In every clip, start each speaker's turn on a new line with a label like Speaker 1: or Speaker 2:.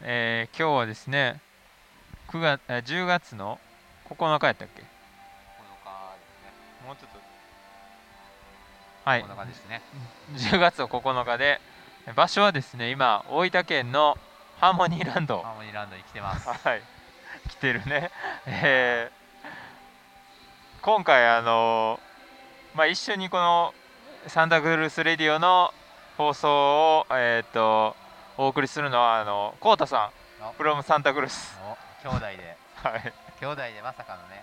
Speaker 1: えー今日はですね9月あ10月の9日やったっけ
Speaker 2: 日ですね。
Speaker 1: もうちょっとはい
Speaker 2: こんな感じですね。
Speaker 1: 10月の9日で場所はですね今大分県のハーモニーランド
Speaker 2: ハーモニーランドに来てます。
Speaker 1: はい来てるねえー今回あのまあ一緒にこのサンタクルスレディオの放送をえっ、とお送りするのはあのコウタさ
Speaker 2: あ
Speaker 1: んプロムサンタクルス
Speaker 2: お兄弟で、
Speaker 1: はい
Speaker 2: 兄弟でまさかのね、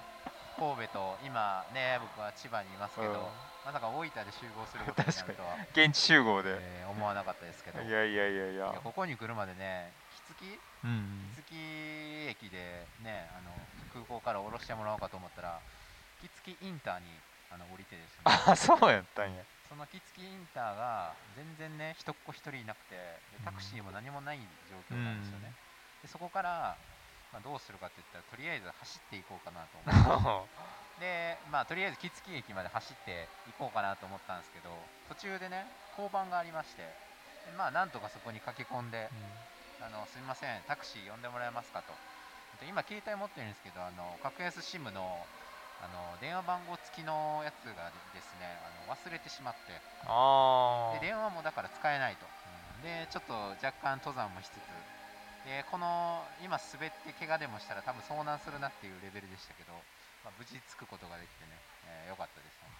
Speaker 2: 神戸と今ね、僕は千葉にいますけど、
Speaker 1: うん
Speaker 2: まさか大分で集合することになるとは、
Speaker 1: 現地集合で
Speaker 2: えー思わなかったですけど、い
Speaker 1: い
Speaker 2: や
Speaker 1: やいやいやいや
Speaker 2: ここに来るまでね、木月
Speaker 1: うん
Speaker 2: 木月駅でね、あの空港から降ろしてもらおうかと思ったら、木月インターにあの降りてですね。
Speaker 1: あそうやったんや
Speaker 2: その木月インターが全然ね人っ子一人いなくてでタクシーも何もない状況なんですよね、でそこから、まあ、どうするかって言ったらとりあえず走っていこうかなと思ってで、まあ、とりあえず木月駅まで走っていこうかなと思ったんですけど途中でね交番がありましてでまあなんとかそこに駆け込んであのすみません、タクシー呼んでもらえますかと。で今、携帯持ってるんですけど、あの格安 SIM のあの電話番号付きのやつがですねあの忘れてしまって
Speaker 1: あ
Speaker 2: で、電話もだから使えないと、でちょっと若干登山もしつつ、でこの今、滑って怪我でもしたら、多分遭難するなっていうレベルでしたけど、まあ、無事着くことができてね、えーよかったです、本
Speaker 1: あ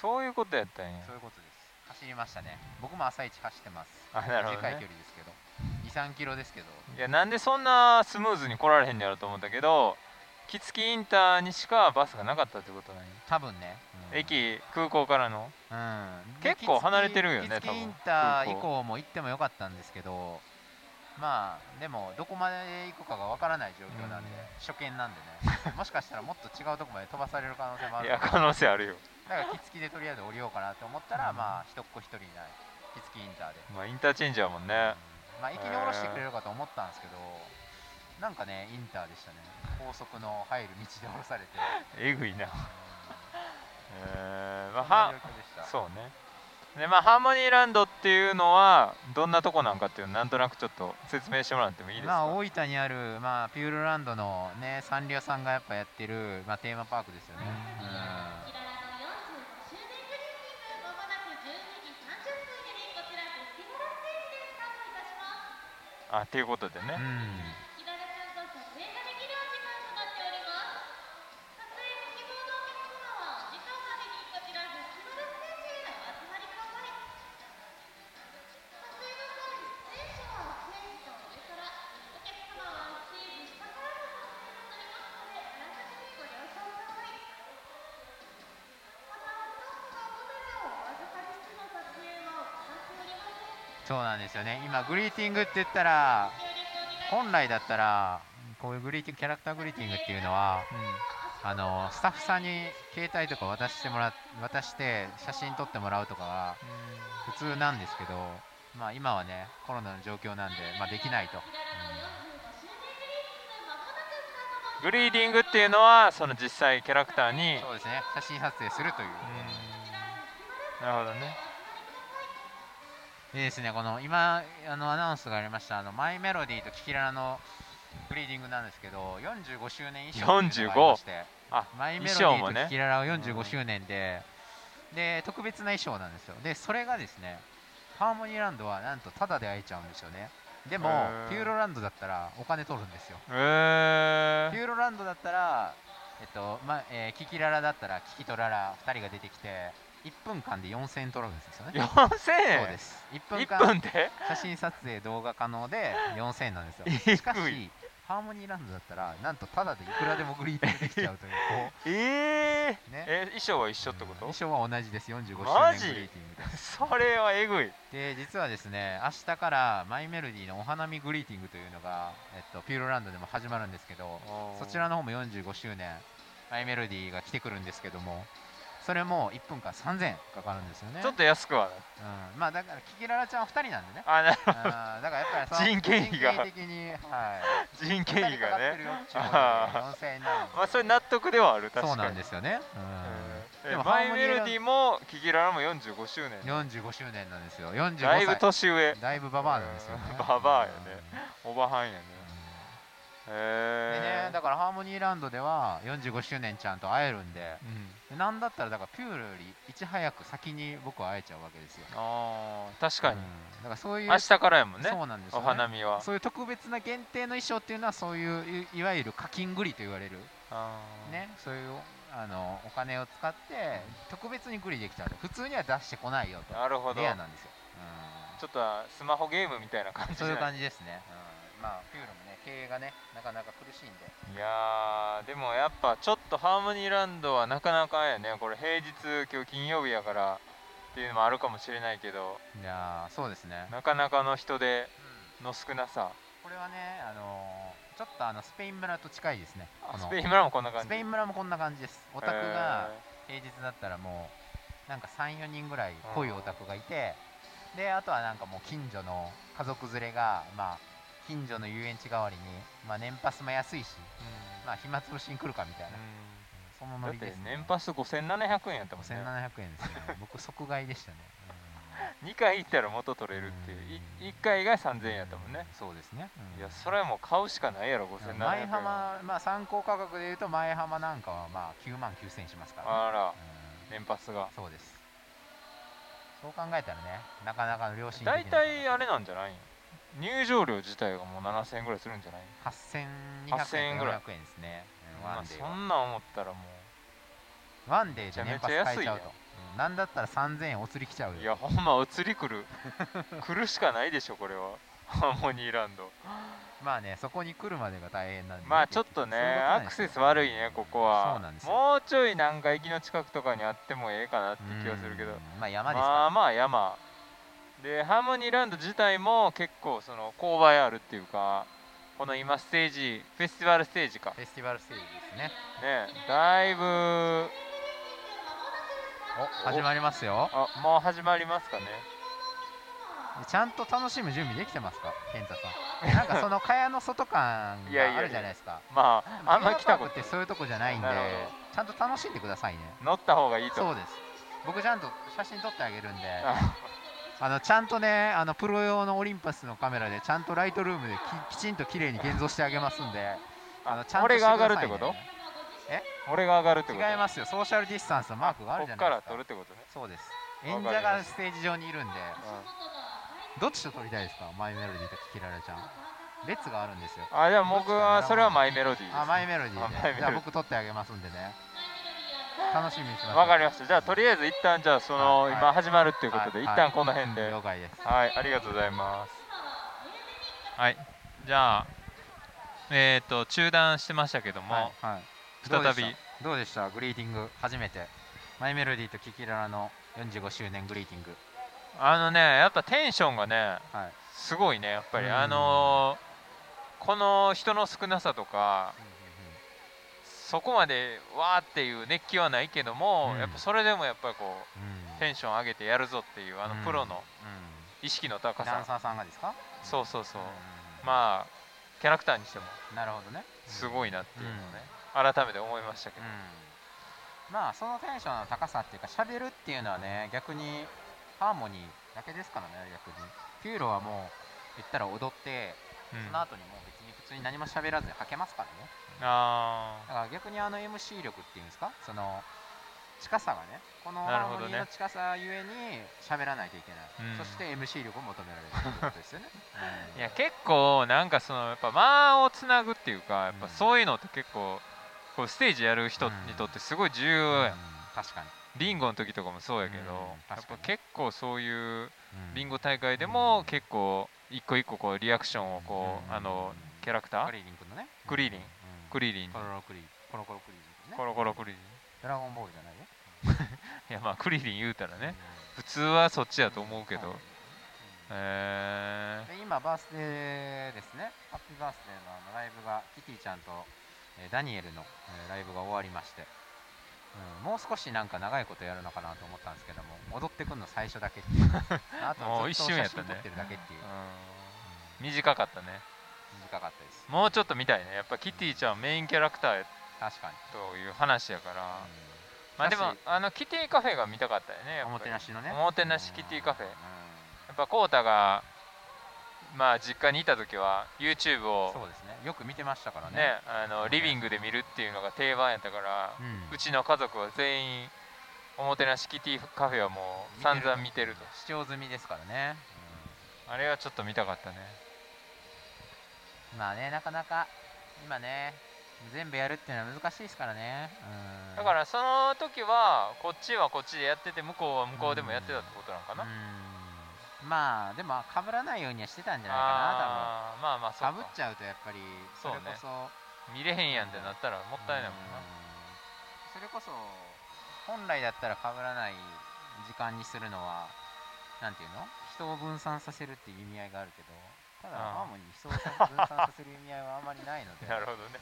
Speaker 1: そういうことやったんや
Speaker 2: 当にそういうことです。走りましたね僕も朝一走ってます。
Speaker 1: あなるほど
Speaker 2: 短い距
Speaker 1: ね
Speaker 2: 離ですけど、2、3キロですけど、
Speaker 1: いやなんでそんなスムーズに来られへんのやろと思ったけど杵築インターにしかバスがなかったってことなんや
Speaker 2: 多分ね、うん
Speaker 1: 駅空港からの
Speaker 2: うん
Speaker 1: 結構離れてるよね
Speaker 2: で木
Speaker 1: 多
Speaker 2: 月
Speaker 1: 分
Speaker 2: インター以降も行ってもよかったんですけどまあでもどこまで行くかがわからない状況なんで、
Speaker 1: うん
Speaker 2: 初見なんでね もしかしたらもっと違うとこまで飛ばされる可能性もあ
Speaker 1: い
Speaker 2: る
Speaker 1: や
Speaker 2: だか
Speaker 1: 可能性あるよ
Speaker 2: ら木月でとりあえず降りようかなと思ったら、
Speaker 1: うん
Speaker 2: まあ一っ子一人いない木月インターで、
Speaker 1: まあインターチェンジやもんね
Speaker 2: うんまあ駅に降ろしてくれるかと思ったんですけどなんかねインターでしたね高速の入る道で降ろされ て、う
Speaker 1: えぐいな、えーまあ
Speaker 2: ん、そんな
Speaker 1: は
Speaker 2: 状況でした
Speaker 1: そうねでまあハーモニーランドっていうのはどんなとこなんかっていうのなんとなくちょっと説明してもらってもいいですか、
Speaker 2: まあ、大分にある、まあ、ピューロランドの、ね、サンリオさんがやっぱやってる、まあ、テーマパークですよね、うん
Speaker 1: あっていうことでね、
Speaker 2: そうなんですよね今グリーティングって言ったら本来だったらこういうグリーティングキャラクターグリーティングっていうのはあのスタッフさんに携帯とか渡してもら渡して写真撮ってもらうとかは普通なんですけど、まあ、今はねコロナの状況なんで、まあ、できないと、
Speaker 1: グリーディングっていうのはその実際キャラクターに
Speaker 2: そうですね写真撮影するという。
Speaker 1: うんなるほどね
Speaker 2: いいですね、この今あのアナウンスがありましたあのマイメロディーとキキララのグリーディングなんですけど45周年以上して
Speaker 1: あ
Speaker 2: マイメロデ
Speaker 1: 衣
Speaker 2: ィ
Speaker 1: 装も
Speaker 2: ー
Speaker 1: ね
Speaker 2: とキキララは
Speaker 1: うん
Speaker 2: 45周年で,、で特別な衣装なんですよでそれがですねハーモニーランドはなんとタダで会えちゃうんですよねでも
Speaker 1: へー
Speaker 2: ピューロランドだったらお金取るんですよ
Speaker 1: え
Speaker 2: ピューロランドだったらえっとまえーキキララだったらキキとララ2人が出てきて1分間で4000円取るんですよね
Speaker 1: ー、4000円
Speaker 2: そうです1分
Speaker 1: 1
Speaker 2: 間
Speaker 1: 分で
Speaker 2: 写真撮影動画可能 で4000円なんです
Speaker 1: えぐ
Speaker 2: よ
Speaker 1: い
Speaker 2: しかしハーモニーランドだったらなんとタダでいくらでもグリーティングできちゃうというこ
Speaker 1: えー、
Speaker 2: うね
Speaker 1: え衣装は一緒ってこと、
Speaker 2: 衣装は同じです45周年グ
Speaker 1: マジ
Speaker 2: リーティング
Speaker 1: それはえぐい
Speaker 2: でで実はですね明日からマイメロディーのお花見グリーティングというのが、えっと、ピューロランドでも始まるんですけどそちらの方も45周年マイメロディーが来てくるんですけどもそれも1分間3000円かかるんですよね
Speaker 1: ちょっと安くは
Speaker 2: うん、まあだからキキララちゃんは2人なんでね
Speaker 1: あ な
Speaker 2: あーだからやっぱりその
Speaker 1: 人件費が
Speaker 2: 人件的に、はい、
Speaker 1: 人件費がねあ
Speaker 2: 4 0円なんで
Speaker 1: まあそれ納得ではある確かに
Speaker 2: そうなんですよね。うん、
Speaker 1: で
Speaker 2: でも
Speaker 1: も
Speaker 2: ハ
Speaker 1: マ
Speaker 2: ー
Speaker 1: イ
Speaker 2: モニ
Speaker 1: メ
Speaker 2: ー
Speaker 1: ロ
Speaker 2: ラ
Speaker 1: デ
Speaker 2: ン
Speaker 1: ィもキキララも45周年
Speaker 2: 45周年なんですよ。45歳。
Speaker 1: だいぶ年上
Speaker 2: だいぶババアなんですよ、ね。
Speaker 1: ババアやねおばはんやね
Speaker 2: うん。で
Speaker 1: へ
Speaker 2: ね
Speaker 1: え
Speaker 2: だからハーモニーランドでは45周年ちゃんと会えるんで
Speaker 1: うん
Speaker 2: でなんだったらだからピュールよりいち早く先に僕は会えちゃうわけですよ
Speaker 1: あー確かに
Speaker 2: うんだからそういう
Speaker 1: 明日からやもんね
Speaker 2: そうなんですよ、
Speaker 1: お
Speaker 2: ね、
Speaker 1: 花見は
Speaker 2: そういう特別な限定の衣装っていうのはそういういいわゆる課金繰りと言われる、
Speaker 1: あー
Speaker 2: ねそういうあのお金を使って特別に繰りできちゃうと普通には出してこないよと
Speaker 1: なるほど
Speaker 2: レアなんですよ、
Speaker 1: ちょっとはスマホゲームみたいな感
Speaker 2: うん、
Speaker 1: じ
Speaker 2: そういう
Speaker 1: じ
Speaker 2: 感じですね、うん、まあピュールもね経営がねなかなか苦しいんで
Speaker 1: いやーでもやっぱちょっとハーモニーランドはなかなかやねこれ平日今日金曜日やからっていうのもあるかもしれないけど
Speaker 2: いやーそうですね、
Speaker 1: なかなかの人出
Speaker 2: うん
Speaker 1: の少なさ
Speaker 2: これはねあのーちょっとあのスペイン村と近いですね
Speaker 1: あ
Speaker 2: この
Speaker 1: スペイン村もこんな感
Speaker 2: ス
Speaker 1: じ
Speaker 2: ペイン村もこんな感じですオタクが
Speaker 1: へ
Speaker 2: 平日だったらもうなんか34人ぐらい濃いオタクがいて、であとはなんかもう近所の家族連れがまあ近所の遊園地代わりに、まあ、年パスも安いし、
Speaker 1: ー
Speaker 2: まあ、暇つぶしに来るかみたいな、
Speaker 1: う
Speaker 2: その
Speaker 1: んだっ
Speaker 2: ノリで
Speaker 1: て
Speaker 2: す、ね、
Speaker 1: 年パス5700円やったもんね
Speaker 2: 5700円です ね僕即買いでしたね、
Speaker 1: 2回行ったら元取れるっていう
Speaker 2: うん
Speaker 1: 1回が
Speaker 2: うん
Speaker 1: 3000円やったもんね
Speaker 2: そうですね、うん
Speaker 1: いやそれはもう買うしかないやろ5700円
Speaker 2: 前浜まあ参考価格でいうと前浜なんかはまあ9万9000円しますから、ね
Speaker 1: あら
Speaker 2: うん
Speaker 1: 年パスが
Speaker 2: そうですそう考えたらねなかなかの良心的な
Speaker 1: 大体あれなんじゃないん入場料自体がもう7000円ぐらいするんじゃない
Speaker 2: 8200
Speaker 1: 8000
Speaker 2: 円
Speaker 1: 円
Speaker 2: か
Speaker 1: ぐらい
Speaker 2: 400円ですね、うん
Speaker 1: ま
Speaker 2: ワ
Speaker 1: あ
Speaker 2: ンデー
Speaker 1: そ
Speaker 2: は
Speaker 1: んなん思ったらも
Speaker 2: ワンデーで年
Speaker 1: め
Speaker 2: パス
Speaker 1: ちゃめちゃ
Speaker 2: 買えちゃう
Speaker 1: 安い
Speaker 2: と
Speaker 1: ね、
Speaker 2: うんなんだったら3000円お釣り来ちゃう
Speaker 1: う
Speaker 2: よ
Speaker 1: いやほんま移り 来る来るしかないでしょこれはハーモニーランド
Speaker 2: まあねそこに来るまでが大変なんで
Speaker 1: まあちょっとね
Speaker 2: そういうことなん
Speaker 1: ア
Speaker 2: で
Speaker 1: ク
Speaker 2: すよ
Speaker 1: セス悪いねここは
Speaker 2: そうなんですよ
Speaker 1: もうちょいなんか駅の近くとかにあってもええかなって気がするけど
Speaker 2: うんまあ山ですから
Speaker 1: まあまあ山でハーモニーランド自体も結構その勾配あるっていうかこの今ステージフェスティバルステージかね
Speaker 2: フェスティバルステージですね
Speaker 1: だいぶ
Speaker 2: お始まりますよ
Speaker 1: あもう始まりますかね
Speaker 2: ちゃんと楽しむ準備できてますか健太 さんなんかその蚊帳の外感
Speaker 1: いやいやいや
Speaker 2: があるじゃないですか
Speaker 1: まああんま来たこ
Speaker 2: テーマパークって
Speaker 1: と
Speaker 2: そういうとこじゃないんで
Speaker 1: なる
Speaker 2: ちゃんと楽しんでくださいね
Speaker 1: 乗った方がいいと
Speaker 2: そうです僕ちゃんと写真撮ってあげるんで
Speaker 1: あ
Speaker 2: あのちゃんとねあのプロ用のオリンパスのカメラでちゃんとライトルームでききちんと綺麗に現像してあげますんであのちゃんと
Speaker 1: 俺
Speaker 2: して
Speaker 1: が
Speaker 2: くださ
Speaker 1: 上がるっ
Speaker 2: い
Speaker 1: て
Speaker 2: ね
Speaker 1: こと俺が上がるってこと
Speaker 2: 違いますよソーシャルディスタンスのマークがあるじ
Speaker 1: こ
Speaker 2: ゃ
Speaker 1: っ
Speaker 2: な
Speaker 1: から
Speaker 2: いですか
Speaker 1: 取るってことね
Speaker 2: そうです
Speaker 1: りま
Speaker 2: 演
Speaker 1: した
Speaker 2: 者がステージ上にいるんで
Speaker 1: うん
Speaker 2: どっちと撮りたいですかマイメロディーとキララちゃん列があるんですよ
Speaker 1: あじゃあ僕はそれはマイメロディーです
Speaker 2: あマイメロディ
Speaker 1: あ
Speaker 2: ー
Speaker 1: マイメロディ
Speaker 2: で
Speaker 1: ー
Speaker 2: じゃあ僕撮ってあげますんでね楽しみにしてます
Speaker 1: わかりましたじゃあとりあえず一旦じゃあその、
Speaker 2: はい
Speaker 1: 今始まるっていうことで、
Speaker 2: はい
Speaker 1: 一旦この辺で、
Speaker 2: 了解です
Speaker 1: はい、ありがとうございます。はい、じゃあ、えっ、と、中断してましたけども、
Speaker 2: はいはい
Speaker 1: 再び
Speaker 2: どうでしたどうでしたグリーティング初めてマイメロディーとキキララの45周年グリーティング
Speaker 1: あのね、やっぱテンションがね、
Speaker 2: はい
Speaker 1: すごいね、やっぱり、
Speaker 2: うん
Speaker 1: あのーこの人の少なさとか、そこまでわーっていう熱気はないけども、
Speaker 2: うん
Speaker 1: やっぱそれでもやっぱりこう、テ
Speaker 2: ン
Speaker 1: ンション上げてやるぞっていう、あのプロの意識の高
Speaker 2: ダン
Speaker 1: さ、
Speaker 2: サーさんがですか
Speaker 1: そうそうそう、
Speaker 2: あ
Speaker 1: まあ、キャラクターにしても、
Speaker 2: なるほどね
Speaker 1: すごいなっていうのをね、改めて思いましたけ
Speaker 2: う
Speaker 1: ど。
Speaker 2: んまあそのテンションの高さっていうか喋るっていうのはね逆にハーモニーだけですからね逆にピューロはもう言ったら踊って
Speaker 1: うん
Speaker 2: その後にもう別に普通に何も喋らずに吐けますからね
Speaker 1: あ
Speaker 2: だから逆にあの MC 力っていうんですかその近さがねこの
Speaker 1: なる
Speaker 2: ハ
Speaker 1: ほ
Speaker 2: ー
Speaker 1: ど
Speaker 2: モ
Speaker 1: ね
Speaker 2: ニーの近さゆえに喋らないといけない、
Speaker 1: うん
Speaker 2: そして MC 力を求められる っていうことですよね、うん
Speaker 1: いや結構なんかそのやっぱ間をつなぐっていうかやっぱ
Speaker 2: うん
Speaker 1: そういうのって結構こうステージやる人にとってすごい重要やん、
Speaker 2: うん確かに
Speaker 1: ビンゴの時とかもそうやけど、
Speaker 2: うん
Speaker 1: やっ
Speaker 2: 確か
Speaker 1: ぱ
Speaker 2: に
Speaker 1: 結構そういう
Speaker 2: うん
Speaker 1: ビンゴ大会でも
Speaker 2: うん
Speaker 1: 結構一個一個こうリアクションをこう、
Speaker 2: うん
Speaker 1: あのキャラクター
Speaker 2: クリーリン君のね
Speaker 1: クリーリン
Speaker 2: うん
Speaker 1: クリリン
Speaker 2: コロロクリコロコロクリーリン君ね
Speaker 1: コロコロクリリン
Speaker 2: ドラゴンボールじゃないよ
Speaker 1: いやまあクリリン言うたらね
Speaker 2: うん
Speaker 1: 普通はそっちやと思うけど、
Speaker 2: うん
Speaker 1: え
Speaker 2: で今バースデーですねハッピーバースデーのあのライブがキティちゃんと、えーダニエルの、えーライブが終わりまして、うん、もう少しなんか長いことやるのかなと思ったんですけども踊ってくんの最初だけっていう あと
Speaker 1: も
Speaker 2: は
Speaker 1: う
Speaker 2: ず
Speaker 1: 一
Speaker 2: っと
Speaker 1: 瞬や
Speaker 2: 写
Speaker 1: ったね
Speaker 2: 真撮ってるだけっていう
Speaker 1: ー、
Speaker 2: う
Speaker 1: うん短かったね
Speaker 2: ん短かったです
Speaker 1: もうちょっと見たいねやっぱキティちゃんメインキャラクターや
Speaker 2: 確かに、
Speaker 1: という話やから、
Speaker 2: う
Speaker 1: まあでも
Speaker 2: だし
Speaker 1: あのキティカフェが見たかったよねやっ
Speaker 2: んおも
Speaker 1: ぱ
Speaker 2: て
Speaker 1: り
Speaker 2: なしのね
Speaker 1: おもてなしキティカフェ
Speaker 2: うん
Speaker 1: やっぱコウタがまあ実家にいた時は YouTube を
Speaker 2: そうですねよく見てましたからね
Speaker 1: ねあのリビングで見るっていうのが定番やったから、
Speaker 2: うん
Speaker 1: うちの家族は全員おもてなしキティカフェはもう散々見てると
Speaker 2: 視聴済みですからね、
Speaker 1: あれはちょっと見たかったね
Speaker 2: うんまあねなかなか今ね全部やるっていうのは難しいですからね、うん、
Speaker 1: だからその時はこっちはこっちでやってて向こうは向こうでもやってたってことなのかな、
Speaker 2: うんまあでも被らないようにはしてたんじゃないか
Speaker 1: あーまあまあ
Speaker 2: な多
Speaker 1: そう
Speaker 2: 分被っ
Speaker 1: か
Speaker 2: ちゃうとやっぱりそ
Speaker 1: そう
Speaker 2: れ
Speaker 1: ね
Speaker 2: こそ
Speaker 1: 見れへんやんってなったらもったいないもん
Speaker 2: うんそれこそ本来だったら被らない時間にするのはなんていうの人を分散させるっていう意味合いがあるけどただ
Speaker 1: ああ
Speaker 2: マーモンに人を分散させる意味合いはあまりないの で
Speaker 1: な、なるほどね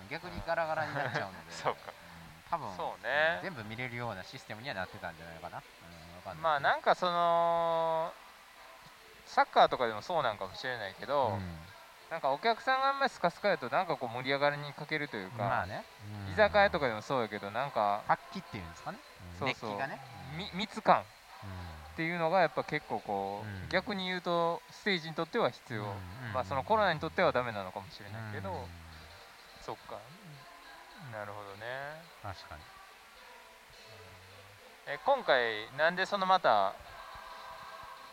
Speaker 2: うん逆にガラガラになっちゃうの で
Speaker 1: そうか
Speaker 2: ん多分
Speaker 1: そうね
Speaker 2: ん全部見れるようなシステムにはなってたんじゃないかな、うん、わかんない
Speaker 1: まあ
Speaker 2: けど
Speaker 1: なんかそのサッカーとかでもそうなんかもしれないけど、
Speaker 2: うん
Speaker 1: なんかお客さんがあんまりスカスカやとなんかこう盛り上がりに欠けるというか、
Speaker 2: まあね、
Speaker 1: 居酒屋と
Speaker 2: か
Speaker 1: かでもそうやけどなんか
Speaker 2: 活気っていうんですかね、うん
Speaker 1: そうそう
Speaker 2: 熱気がね、
Speaker 1: み密感っ
Speaker 2: う
Speaker 1: ていうのがやっぱ結構こう、
Speaker 2: うん
Speaker 1: 逆に言うとステージにとっては必
Speaker 2: ん
Speaker 1: 要、
Speaker 2: うん
Speaker 1: まあそのコロナにとってはダメなのかもしれないけど、
Speaker 2: うん
Speaker 1: そっかなるほどね
Speaker 2: 確かに
Speaker 1: え今回なんでそのまた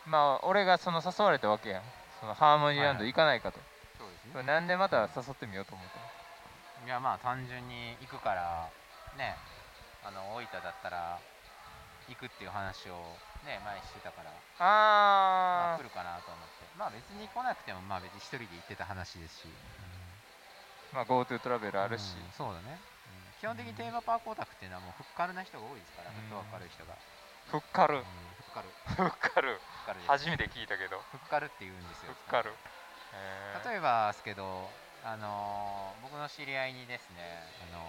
Speaker 1: まあ俺がその誘われたわけやんそのハーモニーランド行かないかと、
Speaker 2: そうですね
Speaker 1: これなんでまた誘ってみようと思ったの
Speaker 2: いやまあ単純に行くからねあの大分だったら行くっていう話をね前してたから、まあ、
Speaker 1: あ
Speaker 2: 来るかなと思ってまあ別に来なくてもまあ別に一人で行ってた話ですし、
Speaker 1: ーまあ GoTo トラベルあるし、
Speaker 2: うんそうだね、うん基本的にテーマパークオタクっていうのはもうフッカルな人が多いですから、
Speaker 1: うん
Speaker 2: フットワーク軽い人が、
Speaker 1: ふっかる
Speaker 2: うんフッカル
Speaker 1: ふっかる
Speaker 2: フッカルで
Speaker 1: 初
Speaker 2: す
Speaker 1: めて聞いたけど
Speaker 2: フッカルって言うんで
Speaker 1: ふ
Speaker 2: す
Speaker 1: っ
Speaker 2: よ
Speaker 1: かるえー
Speaker 2: 例えばですけど、あのー僕の知り合いにですね、あの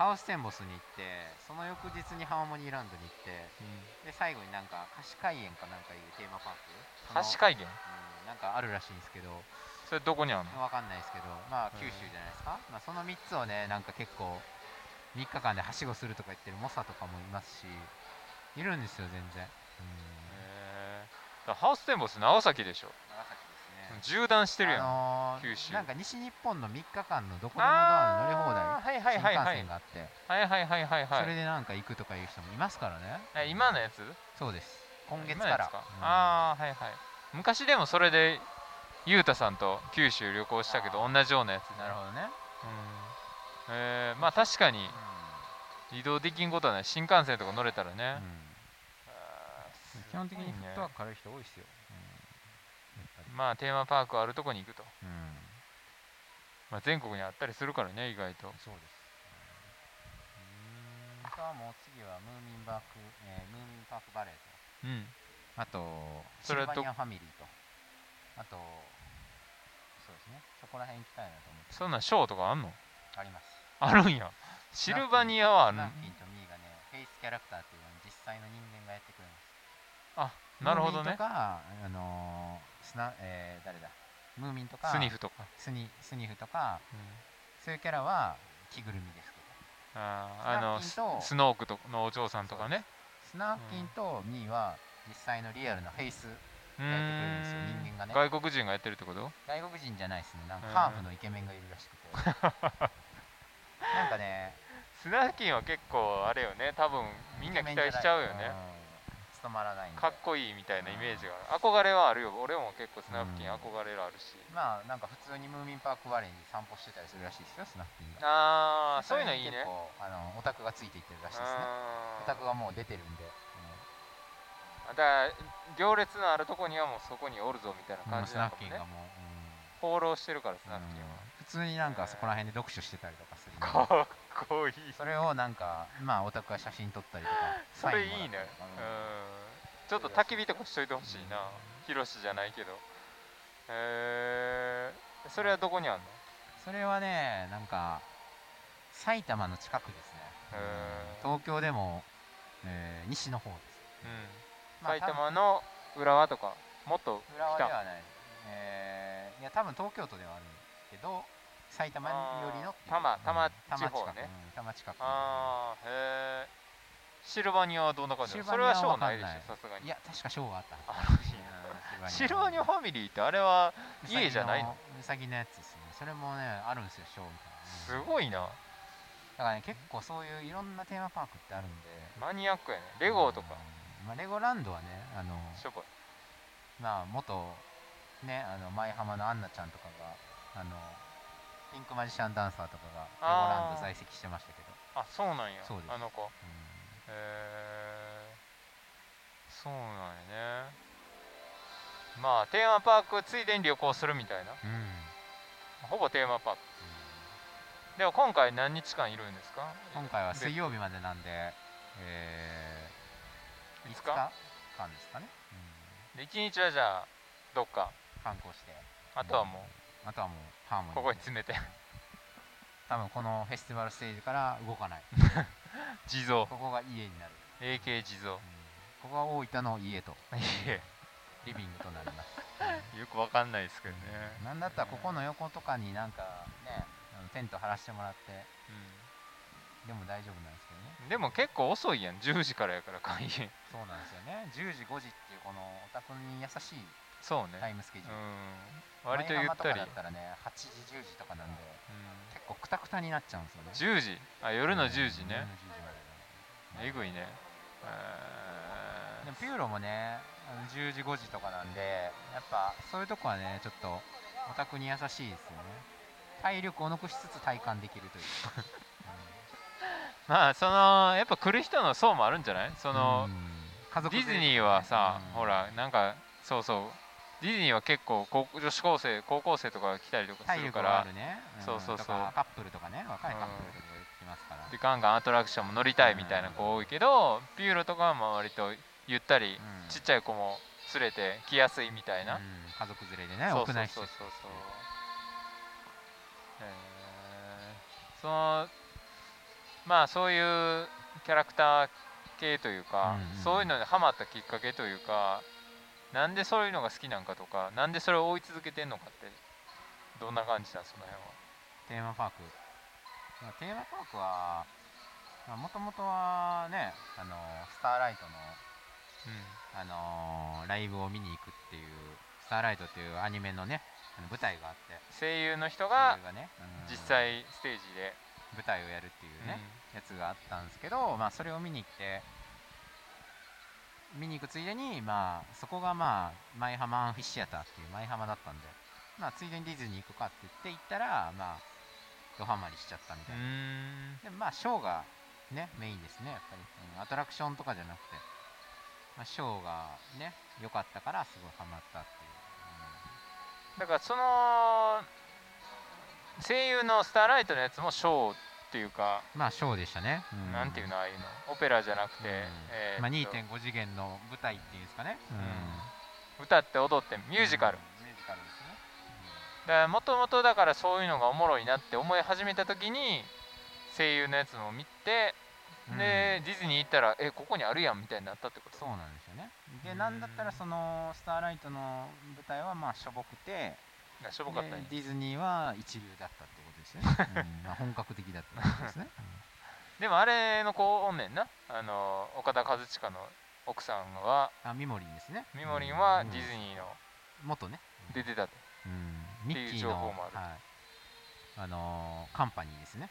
Speaker 2: ハウステンボスに行ってその翌日にハーモニーランドに行ってで最後になんか貸し開園かなんかいうテーマパーク
Speaker 1: 貸し会
Speaker 2: 園、
Speaker 1: 見
Speaker 2: うん、なんかあるらしいんですけど
Speaker 1: それどこにあるの
Speaker 2: わかんないですけどまあ九州じゃないですか、まあ、その3つをねなんか結構3日間ではしごするとか言ってる猛者とかもいますしいるんですよ全然、うん、
Speaker 1: へーだからハウステンボス長崎でしょ
Speaker 2: 長崎ですね
Speaker 1: 縦断してるやん、
Speaker 2: あのー
Speaker 1: 九州
Speaker 2: なんか西日本の3日間のどこでもドアの乗り放題
Speaker 1: あーはいはいはいは
Speaker 2: 新幹線
Speaker 1: い
Speaker 2: があって、
Speaker 1: はいはいはいはいはい
Speaker 2: それでなんか行くとかいう人もいますからね
Speaker 1: え今のやつ
Speaker 2: そうです今月
Speaker 1: 今
Speaker 2: か
Speaker 1: のや
Speaker 2: ら
Speaker 1: つか、
Speaker 2: うん
Speaker 1: ああはいはい昔でもそれでゆうたさんと九州旅行したけど同じようなやつ
Speaker 2: なるほどね、
Speaker 1: うんえーまあ確かに
Speaker 2: う
Speaker 1: 移動できんことはね新幹線とか乗れたら
Speaker 2: ん
Speaker 1: ね、
Speaker 2: 基本的にフットワー
Speaker 1: ク
Speaker 2: ク軽い人多いですよ、うんやっぱり
Speaker 1: まあテーマパークあるとこに行くと、
Speaker 2: うん
Speaker 1: まあ、全国にあったりするからね意外と
Speaker 2: そうですうん僕はもう次はムーミンバーク、えームーミンパークバレー
Speaker 1: う
Speaker 2: と
Speaker 1: ん
Speaker 2: あとシ
Speaker 1: それ
Speaker 2: ル
Speaker 1: は
Speaker 2: バ
Speaker 1: ど
Speaker 2: ニアファミリーとあとそうですねそこら辺行きたいなと思って
Speaker 1: そんなショーとかあんの
Speaker 2: あります
Speaker 1: あるんやシルバニアはある
Speaker 2: ナンキンとミーがねフェイスキャラクターっていうのを実際の人間がやってくれます
Speaker 1: なるほど
Speaker 2: ム
Speaker 1: ね
Speaker 2: ーミンとかあのースナえー誰だムーミンとか
Speaker 1: スニフとか、
Speaker 2: スニスニフとか
Speaker 1: うん
Speaker 2: そういうキャラは着ぐるみですけど
Speaker 1: あーあの
Speaker 2: ス
Speaker 1: ス
Speaker 2: ナッキンと
Speaker 1: スノークとのお嬢さんとかね
Speaker 2: スナーキンとミーは実際のリアルなフェイス
Speaker 1: う
Speaker 2: やってくれるんですよ
Speaker 1: ーん
Speaker 2: 人間がね
Speaker 1: 外国人がやってるってこと
Speaker 2: 外国人じゃないですねなんか
Speaker 1: うん
Speaker 2: ハーフのイケメンがいるらしくて なんかね
Speaker 1: スナーキンは結構あれよね多分みんな期待しちゃうよね
Speaker 2: うん務まらないんで
Speaker 1: かっこいいみたいなイメージがある憧れはあるよ俺も結構スナーキン
Speaker 2: うん
Speaker 1: 憧れるあるし、
Speaker 2: まあなんか普通にムーミンパークバレーに散歩してたりするらしいですよスナーキンが
Speaker 1: ああそういうのいいね
Speaker 2: 結構あのオタクがついていってるらしいですね
Speaker 1: あ
Speaker 2: オ
Speaker 1: ー
Speaker 2: タクがもう出てるんで、
Speaker 1: だから行列のあるとこにはもうそこにおるぞみたいな
Speaker 2: も
Speaker 1: 感
Speaker 2: う
Speaker 1: じ
Speaker 2: ス
Speaker 1: な
Speaker 2: ナ
Speaker 1: のか
Speaker 2: ッキ
Speaker 1: も
Speaker 2: ン
Speaker 1: ね
Speaker 2: がもう、
Speaker 1: 放浪してるからス
Speaker 2: うん
Speaker 1: ナーキンは、
Speaker 2: 普通になんかそこら辺で読書してたりとかするんで
Speaker 1: かっこいい
Speaker 2: それをなんかまあオタクが写真撮ったりとか
Speaker 1: それいい
Speaker 2: サインも
Speaker 1: ね
Speaker 2: らっ
Speaker 1: う
Speaker 2: たりとか
Speaker 1: んちょっと焚き火とかしといてほしいなヒロシじゃないけどへえそれはどこにあんの
Speaker 2: それはねなんか埼玉の近くですね
Speaker 1: へー
Speaker 2: 東京でも、えー西の方で
Speaker 1: う
Speaker 2: す、
Speaker 1: ん、
Speaker 2: まあ
Speaker 1: 埼玉の浦和とかもっと
Speaker 2: 多分浦和
Speaker 1: 北
Speaker 2: ではない、えーいや多分東京都ではあるけど埼玉寄りのっていう
Speaker 1: 多摩多摩
Speaker 2: 多摩
Speaker 1: 地方
Speaker 2: 近く
Speaker 1: ね
Speaker 2: うん多摩近く
Speaker 1: ああへえシルバニアはどんな感じなの
Speaker 2: シ
Speaker 1: そ
Speaker 2: ル
Speaker 1: れ
Speaker 2: バニア
Speaker 1: は
Speaker 2: は
Speaker 1: ショーないでし
Speaker 2: わかんない
Speaker 1: ょさすがに
Speaker 2: いや確か賞があったはず
Speaker 1: あるんや
Speaker 2: うんシ
Speaker 1: シ
Speaker 2: ル
Speaker 1: ルバニアファミリーってあれは家じゃないの
Speaker 2: ウサギのやつですねそれもねあるんですよショーみた
Speaker 1: す
Speaker 2: いな、
Speaker 1: ごいな
Speaker 2: だからね結構そういういろんなテーマパークってあるんで
Speaker 1: マニアックやねレゴとか
Speaker 2: うんまあ、レゴランドはねあの
Speaker 1: しょぼい
Speaker 2: まあ元ねあの舞浜のアンナちゃんとかがあのピンクマジシャンダンサーとかがレゴラン
Speaker 1: あー
Speaker 2: ド在籍してましたけど、
Speaker 1: あそうなんや
Speaker 2: そうです
Speaker 1: あの子
Speaker 2: うん
Speaker 1: へえそうなんやねまあテーマパークついでに旅行するみたいな
Speaker 2: うん
Speaker 1: ほぼテーマパークでは今回何日間いるんですか
Speaker 2: 今回は水
Speaker 1: で
Speaker 2: 曜日までなんで、えー、
Speaker 1: いつ
Speaker 2: 5
Speaker 1: か
Speaker 2: 日間ですかね、うん
Speaker 1: で1日はじゃあどっか
Speaker 2: 観光して
Speaker 1: あとはも
Speaker 2: うんあとはもうハーモニ
Speaker 1: う
Speaker 2: ー
Speaker 1: ここに
Speaker 2: で
Speaker 1: 詰めて
Speaker 2: 多分このフェスティバルステージから動かない
Speaker 1: 地蔵
Speaker 2: ここが家になる、
Speaker 1: AK 地蔵
Speaker 2: うんここが大分の家と
Speaker 1: いえ
Speaker 2: リビングとなります
Speaker 1: よくわかんないですけどね
Speaker 2: なんだったらここの横とかになんかねあのテント張らしてもらってでも大丈夫なんですけどね
Speaker 1: うんでも結構遅いやん10時からやから開演
Speaker 2: そうなんですよね10時5時っていうこのお宅に優しい
Speaker 1: そう
Speaker 2: タ
Speaker 1: ね
Speaker 2: イムスケジ
Speaker 1: う
Speaker 2: ュー
Speaker 1: ん割
Speaker 2: ル、
Speaker 1: とゆっ
Speaker 2: 舞浜
Speaker 1: た
Speaker 2: か
Speaker 1: り
Speaker 2: だったらね8時10時とかなん
Speaker 1: う
Speaker 2: で
Speaker 1: ん
Speaker 2: 結構クタクタになっちゃうんですよね
Speaker 1: 10時あ夜の10時
Speaker 2: 夜
Speaker 1: ね
Speaker 2: の10時ま
Speaker 1: え
Speaker 2: で
Speaker 1: ぐいね
Speaker 2: でもピューロもねあの10時5時とかなんでやっぱそういうとこはねちょっとお宅に優しいですよね体力を残しつつ体感できるという、
Speaker 1: まあそのやっぱ来る人の層もあるんじゃないそ
Speaker 2: うん
Speaker 1: の
Speaker 2: うん家
Speaker 1: デ
Speaker 2: 族
Speaker 1: ィズニーはさ
Speaker 2: うん
Speaker 1: ほらなんかそうそうディズニーは結構高女子高生高校生とか来たりとかす
Speaker 2: 体
Speaker 1: る
Speaker 2: 力
Speaker 1: か
Speaker 2: があ
Speaker 1: ら
Speaker 2: るね、ん
Speaker 1: そうそうそう
Speaker 2: とかカップルとかね若いカップルとか来ますから、
Speaker 1: でガンガンアトラクションも乗りたいみたいな子多いけどピューロとかはまあ割とゆったり
Speaker 2: うん
Speaker 1: ちっちゃい子も連れて来やすいみたいな
Speaker 2: うん、家族連れでね
Speaker 1: そう
Speaker 2: 屋内施設
Speaker 1: そうそうそうへえそのまあそういうキャラクター系というか、
Speaker 2: うんうん
Speaker 1: そういうのにハマったきっかけというかなんでそういうのが好きなんかとかなんでそれを追い続けてんのかってどんな感じなんその辺は
Speaker 2: テーマパークまあテーマパークはもともとはねあのスターライトのあのーライブを見に行くっていう「スターライト」っていうアニメのねあの舞台があって
Speaker 1: 声優の人
Speaker 2: そ
Speaker 1: が
Speaker 2: れがね、うん
Speaker 1: 実際ステージで、
Speaker 2: 舞台をやるっていうね、やつがあったんですけど、まあ、それを見に行って見に行くついでに、まあ、そこが、まあ、舞浜アンフィシアターっていう舞浜だったんで、まあ、ついでにディズニー行くかって言って行ったら、まあ、ドハマりしちゃったみた
Speaker 1: う
Speaker 2: い
Speaker 1: ん
Speaker 2: な、でまあショーがねメインですねやっぱり、うんアトラクションとかじゃなくて、まあ、ショーがね良かったからすごいハマったっていう、
Speaker 1: だからその声優のスターライトのやつもショーっていうか
Speaker 2: うんまあショーでしたね、うん
Speaker 1: なんていうのああいうのオペラじゃなくて、
Speaker 2: うん
Speaker 1: えー
Speaker 2: まあ、
Speaker 1: と
Speaker 2: 2.5次元の舞台っていうんですかね、
Speaker 1: 歌って踊ってミュージカル、
Speaker 2: うんミュージカルですね、
Speaker 1: だからもともとだからそういうのがおもろいなって思い始めた時に声優のやつも見て、
Speaker 2: うん
Speaker 1: でディズニー行ったらえここにあるやんみたいになったってこと
Speaker 2: そうなんですよね
Speaker 1: う
Speaker 2: で
Speaker 1: ん
Speaker 2: なんだったらそのスターライトの舞台はまあしょぼくて
Speaker 1: がしょぼかったんや
Speaker 2: でディズニーは一流だったってことですよね、 うんまあ、本格的だったってことですね、
Speaker 1: でもあれの子おんねんなあの岡田和親の奥さんは
Speaker 2: うんあミモリンですね
Speaker 1: みもりんはディズ
Speaker 2: ー、
Speaker 1: ニーの
Speaker 2: うん元ね
Speaker 1: 出てたと、
Speaker 2: うんミッキ
Speaker 1: っていう情
Speaker 2: ーの
Speaker 1: 報もある
Speaker 2: はいあのーカンパニーですね、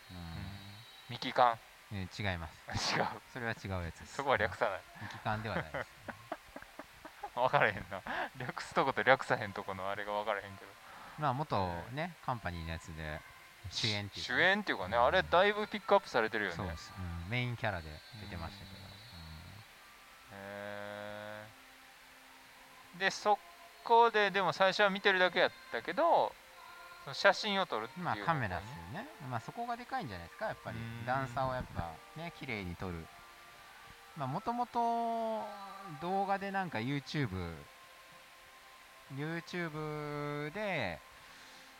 Speaker 1: ミキカン
Speaker 2: うんえー違いま す
Speaker 1: 違う
Speaker 2: それは違うやつです
Speaker 1: そこは略さない
Speaker 2: ミキカンではないです
Speaker 1: 分からへんな略すとこと略さへんとこのあれが分からへんけど
Speaker 2: まあ元ねカンパニーのやつで主演っていうか
Speaker 1: 主演っていうかねあれだいぶピックアップされてるよね
Speaker 2: そうです、うんメインキャラで出てましたけど、
Speaker 1: へーでそこででも最初は見てるだけやったけどその写真を撮るっていううんの
Speaker 2: ま
Speaker 1: が
Speaker 2: あ
Speaker 1: ね、
Speaker 2: カメラですよね、まあ、そこがでかいんじゃないですかやっぱり
Speaker 1: うん
Speaker 2: 段差をやっぱね綺麗に撮るまあもともと動画でなんか YouTubeYouTube で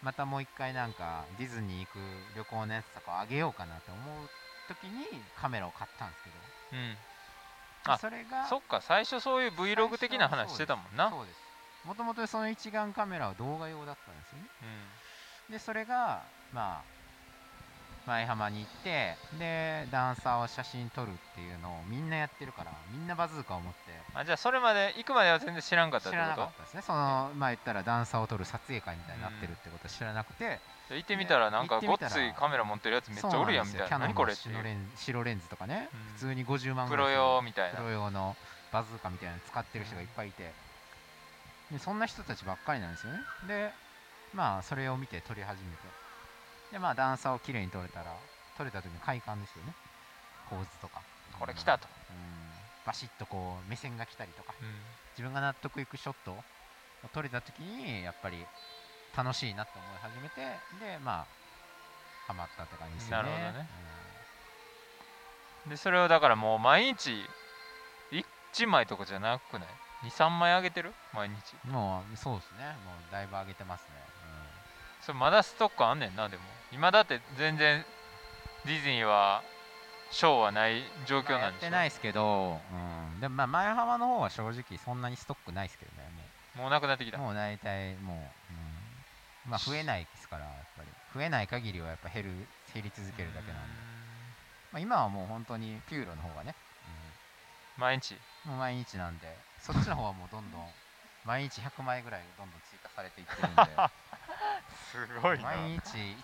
Speaker 2: またもう一回なんかディズニー行く旅行のやつとかをあげようかなと思う時にカメラを買ったんですけど
Speaker 1: うん
Speaker 2: まあ
Speaker 1: あ
Speaker 2: それが
Speaker 1: そっか最初そういう Vlog 的な話してたもんな
Speaker 2: そうですもともとその一眼カメラは動画用だったんですよね
Speaker 1: うん
Speaker 2: でそれがまあ舞浜に行ってでダンサーを写真撮るっていうのをみんなやってるからみんなバズーカを持って
Speaker 1: あじゃあそれまで行くまでは全然知らんかったっ
Speaker 2: 知
Speaker 1: て
Speaker 2: らなか
Speaker 1: こ
Speaker 2: ったですねそのまあ言ったらダンサーを撮る撮影会みたいになってるってことは知らなくて、
Speaker 1: と行ってみたらなんか
Speaker 2: 行
Speaker 1: ご
Speaker 2: っ
Speaker 1: って
Speaker 2: みたら
Speaker 1: ついカメラ持ってるやつめっちゃおるやんみたいな
Speaker 2: そう
Speaker 1: 何
Speaker 2: んですよ
Speaker 1: これっ
Speaker 2: キ
Speaker 1: て
Speaker 2: ャノンの白レン白レンズとかね、
Speaker 1: うん
Speaker 2: 普通に50万ぐ
Speaker 1: プ
Speaker 2: らい
Speaker 1: ロ
Speaker 2: する
Speaker 1: 用みたい
Speaker 2: プ
Speaker 1: な
Speaker 2: ロ用のバズーカみたいなの使ってる人がいっぱいいてでそんな人たちばっかりなんですよねでまあそれを見て撮り始めてでまあ段差をきれいに撮れたら撮れた時の快感ですよね構図とか
Speaker 1: これ来たと、
Speaker 2: うんバシッとこう目線が来たりとか自分が納得いくショットを撮れた時にやっぱり楽しいなって思い始めてでまあハマったって感じですよね
Speaker 1: なるほどねでそれをだからもう毎日1枚とかじゃなくない23枚あげてる毎日
Speaker 2: うんもうそうですねもうだいぶ上げてますね、うん
Speaker 1: それまだストックあんねんなでも今だって全然ディズニーはショーはない状況
Speaker 2: まあ
Speaker 1: なん
Speaker 2: やっ
Speaker 1: でしょ、
Speaker 2: てないですけど、うん、でもまあ前浜の方は正直そんなにストックないですけどね
Speaker 1: もうなくなってきた
Speaker 2: もうもう大体もう、うん、まあ増えないですからやっぱり増えない限りはやっぱ減る減り続けるだけなんで、まあ、今はもう本当にピューロの方がね、
Speaker 1: 毎日
Speaker 2: うん、もう毎日なんでそっちの方はもうどんどん毎日100枚ぐらいどんどん追加されていっ てるんで
Speaker 1: すごいな
Speaker 2: 毎日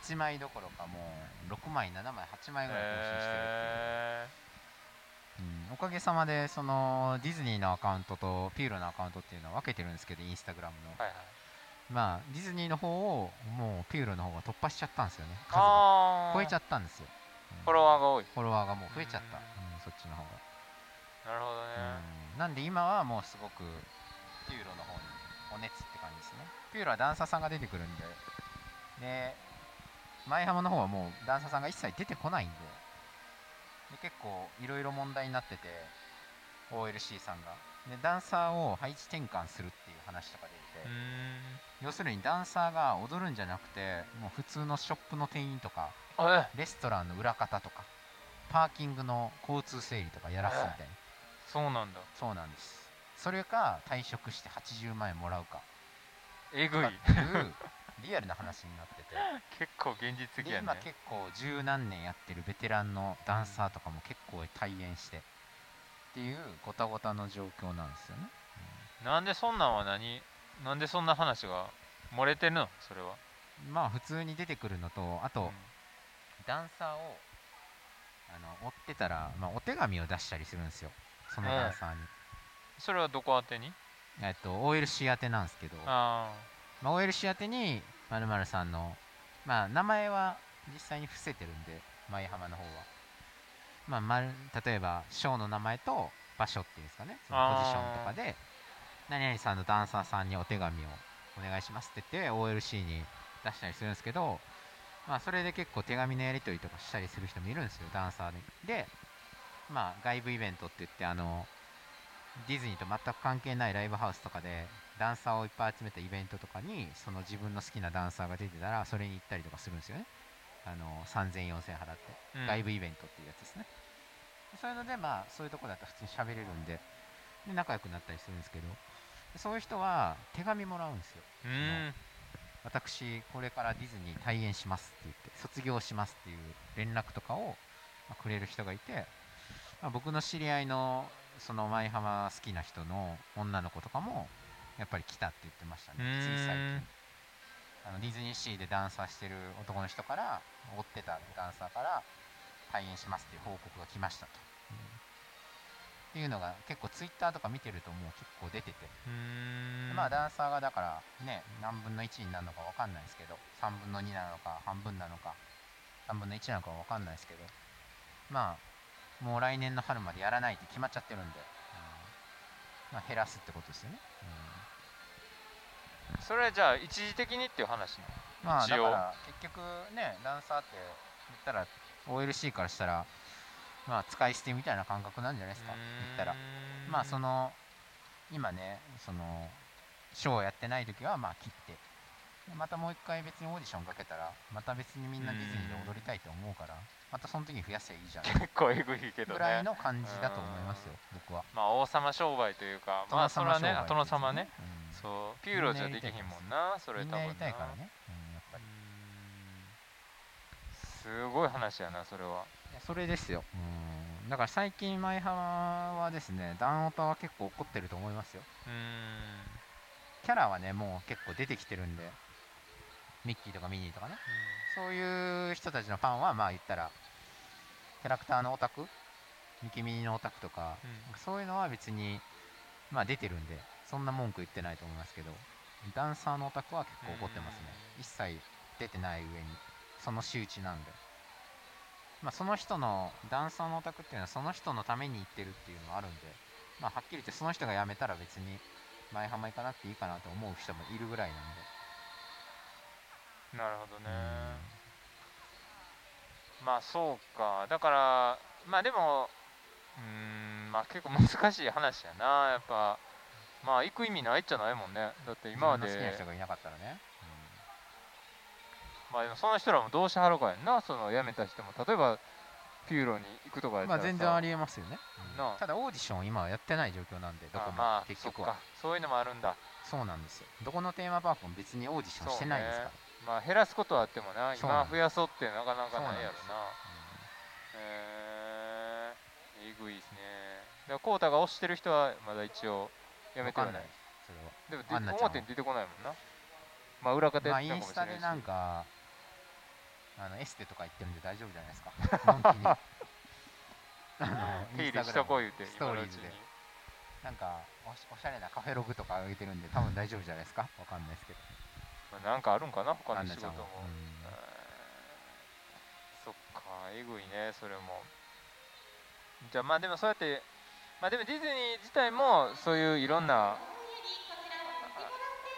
Speaker 2: 1枚どころかもう6枚7枚8枚ぐらい更新してるっていう。
Speaker 1: え
Speaker 2: うんおかげさまでそのディズニーのアカウントとピューロのアカウントっていうのは分けてるんですけどインスタグラムの、
Speaker 1: ーはいはい
Speaker 2: まあディズニーの方をもうピューロの方が突破しちゃったんですよね数が
Speaker 1: あ
Speaker 2: 超えちゃ
Speaker 1: っ
Speaker 2: ったんですよ、うん
Speaker 1: フォロワーが多い
Speaker 2: フォロワーがもう増えちゃった、
Speaker 1: う
Speaker 2: うんそっちの方が、
Speaker 1: なるほどね、
Speaker 2: うんなんで今はもうすごくピューロの方にお熱って感じですねピューロはダンサーさんが出てくるんでで舞浜の方はもうダンサーさんが一切出てこないんでで結構いろいろ問題になってて OLC さんがでダンサーを配置転換するっていう話とか出て
Speaker 1: う
Speaker 2: て、
Speaker 1: ん
Speaker 2: 要するにダンサーが踊るんじゃなくてもう普通のショップの店員とか
Speaker 1: あえ
Speaker 2: レストランの裏方とかパーキングの交通整理とかやらすみたいな
Speaker 1: そうなんだ
Speaker 2: そうなんですそれか退職して80万円もらうか
Speaker 1: えぐ
Speaker 2: と
Speaker 1: い
Speaker 2: かっていうリアルな話に なってて
Speaker 1: 結構現実的
Speaker 2: で
Speaker 1: やね
Speaker 2: 今結構十何年やってるベテランのダンサーとかも結構退園してっていうごたごたの状況なんですよね
Speaker 1: なんでそんなんは何なんでそんな話が漏れてるのそれは
Speaker 2: まあ普通に出てくるのとあと、
Speaker 1: うん
Speaker 2: ダンサーをあの追ってたら、まあ、お手紙を出したりするんですよそのダンサーに、
Speaker 1: それはどこ宛てに
Speaker 2: えっと OLC 宛てなんですけど
Speaker 1: あ
Speaker 2: まあ、OLC 宛てに〇〇さんの、まあ、名前は実際に伏せてるんで舞浜の方は、まあ、まる例えばショーの名前と場所っていうんですかねそのポジションとかで何々さんのダンサーさんにお手紙をお願いしますって言って OLC に出したりするんですけど、まあ、それで結構手紙のやり取りとかしたりする人もいるんですよダンサーでで、まあ、外部イベントって言ってあのディズニーと全く関係ないライブハウスとかでダンサーをいっぱい集めたイベントとかにその自分の好きなダンサーが出てたらそれに行ったりとかするんですよねあの3000 4000円払って、
Speaker 1: あ、うん
Speaker 2: ライブイベントっていうやつですねそういうのでまあそういうとこだと普通に喋れるんでで仲良くなったりするんですけどそういう人は手紙もらうんですよ
Speaker 1: うん
Speaker 2: 私これからディズニー退園しますって言って卒業しますっていう連絡とかをまあくれる人がいて、まあ僕の知り合いのその舞浜好きな人の女の子とかもやっぱり来たって言ってましたね
Speaker 1: うーん
Speaker 2: つい最近あのディズニーシーでダンサーしてる男の人から追ってたダンサーから退園しますっていう報告が来ましたと、っていうのが結構ツイッターとか見てるともう結構出てて
Speaker 1: うん
Speaker 2: まあダンサーがだからね何分の1になるのか分かんないですけど3分の2なのか半分なのか3分の1なのか分かんないですけどまあもう来年の春までやらないって決まっちゃってるんで、うんまあ、減らすってことですよね、
Speaker 1: それはじゃあ一時的にっていう話なの
Speaker 2: うんまあ
Speaker 1: 一
Speaker 2: だ
Speaker 1: 応
Speaker 2: から結局ねダンサーって言ったら OLC からしたらまあ使い捨てみたいな感覚なんじゃないですか
Speaker 1: う
Speaker 2: 言
Speaker 1: ーん
Speaker 2: ったらまあその今ねそのショーをやってない時はまあ切ってでまたもう一回別にオーディションかけたらまた別にみんなディズニーで踊りたいと思うからまたその時に増やせばいいじゃ ん
Speaker 1: 結構えぐいけど
Speaker 2: ぐ
Speaker 1: ね
Speaker 2: らいの感じだと思いますよ僕は
Speaker 1: まあ王様商売というかまあそれはねあ殿様ね、
Speaker 2: う
Speaker 1: そうピューロじゃできひんもんなそれ
Speaker 2: みん
Speaker 1: 多
Speaker 2: な
Speaker 1: 分な
Speaker 2: やりたいからね、うん、やっぱり
Speaker 1: うーんすごい話やなそれは
Speaker 2: それですようんだから最近舞浜はですねダンオタは結構怒ってると思いますよ
Speaker 1: うーん
Speaker 2: キャラはねもう結構出てきてるんでミッキーとかミニーとかねそういう人たちのファンはまあ言ったらキャラクターのオタクミキミニのオタクとか
Speaker 1: うん
Speaker 2: そういうのは別にまあ出てるんでそんな文句言ってないと思いますけどダンサーのオタクは結構怒ってますね一切出てない上にその仕打ちなんでまあその人のダンサーのオタクっていうのはその人のために言ってるっていうのはあるんでまあはっきり言ってその人が辞めたら別に前浜行かなくていいかなと思う人もいるぐらいなんで
Speaker 1: なるほどねまあそうかだからまあでもうーんまあ結構難しい話やなやっぱまあ行く意味ないっちゃないもんねだって今まで
Speaker 2: 自分の好きな人がいなかったらね、
Speaker 1: まあでもその人らもどうしはるかやんなその辞めた人も例えばピューロに行くとかやった
Speaker 2: ま
Speaker 1: ら
Speaker 2: あ
Speaker 1: さ
Speaker 2: 全然ありえますよね、うん
Speaker 1: なあ
Speaker 2: ただオーディション今はやってない状況なんでどこ
Speaker 1: あ
Speaker 2: も、
Speaker 1: まあ
Speaker 2: 結
Speaker 1: そっ
Speaker 2: 局は
Speaker 1: かそういうのもあるんだ
Speaker 2: そうなんですよどこのテーマパークも別にオーディションしてないですから、
Speaker 1: まあ減らすことはあってもな
Speaker 2: そう
Speaker 1: 今
Speaker 2: なんです
Speaker 1: 増やそうってなかなかないやろ
Speaker 2: そう
Speaker 1: なへええぐいですねだからコウタが推してる人はまだ一応
Speaker 2: う
Speaker 1: や
Speaker 2: ん
Speaker 1: め
Speaker 2: わ
Speaker 1: ては
Speaker 2: か
Speaker 1: なんい
Speaker 2: ないそれは
Speaker 1: でも
Speaker 2: アンナ
Speaker 1: で
Speaker 2: ちゃんは
Speaker 1: 表に出てこないもんなまあ裏方や
Speaker 2: ま
Speaker 1: っ
Speaker 2: あ、
Speaker 1: てたか
Speaker 2: イン
Speaker 1: も
Speaker 2: ス
Speaker 1: しれ
Speaker 2: タ
Speaker 1: な
Speaker 2: で
Speaker 1: いし、
Speaker 2: なんかあのエステとか行ってるんで大丈夫じゃないです かのんきにあの
Speaker 1: 手
Speaker 2: イン
Speaker 1: 入れ
Speaker 2: スタグ
Speaker 1: し
Speaker 2: ラ
Speaker 1: と
Speaker 2: ム
Speaker 1: こう言うて
Speaker 2: スト
Speaker 1: 今
Speaker 2: ー
Speaker 1: の
Speaker 2: リ
Speaker 1: う
Speaker 2: ー
Speaker 1: ち
Speaker 2: ズ
Speaker 1: に
Speaker 2: でなんかおしおしゃれなカフェログとか上げてるんで多分大丈夫じゃないですかわかんないですけど
Speaker 1: まあなんかあるんかな他
Speaker 2: ア
Speaker 1: の
Speaker 2: ン
Speaker 1: 仕
Speaker 2: ナち
Speaker 1: 事
Speaker 2: ゃ
Speaker 1: も
Speaker 2: んは、うん
Speaker 1: えーそっかえぐいねそれもじゃあまあでもそうやってまあでもディズニー自体もそういういろんな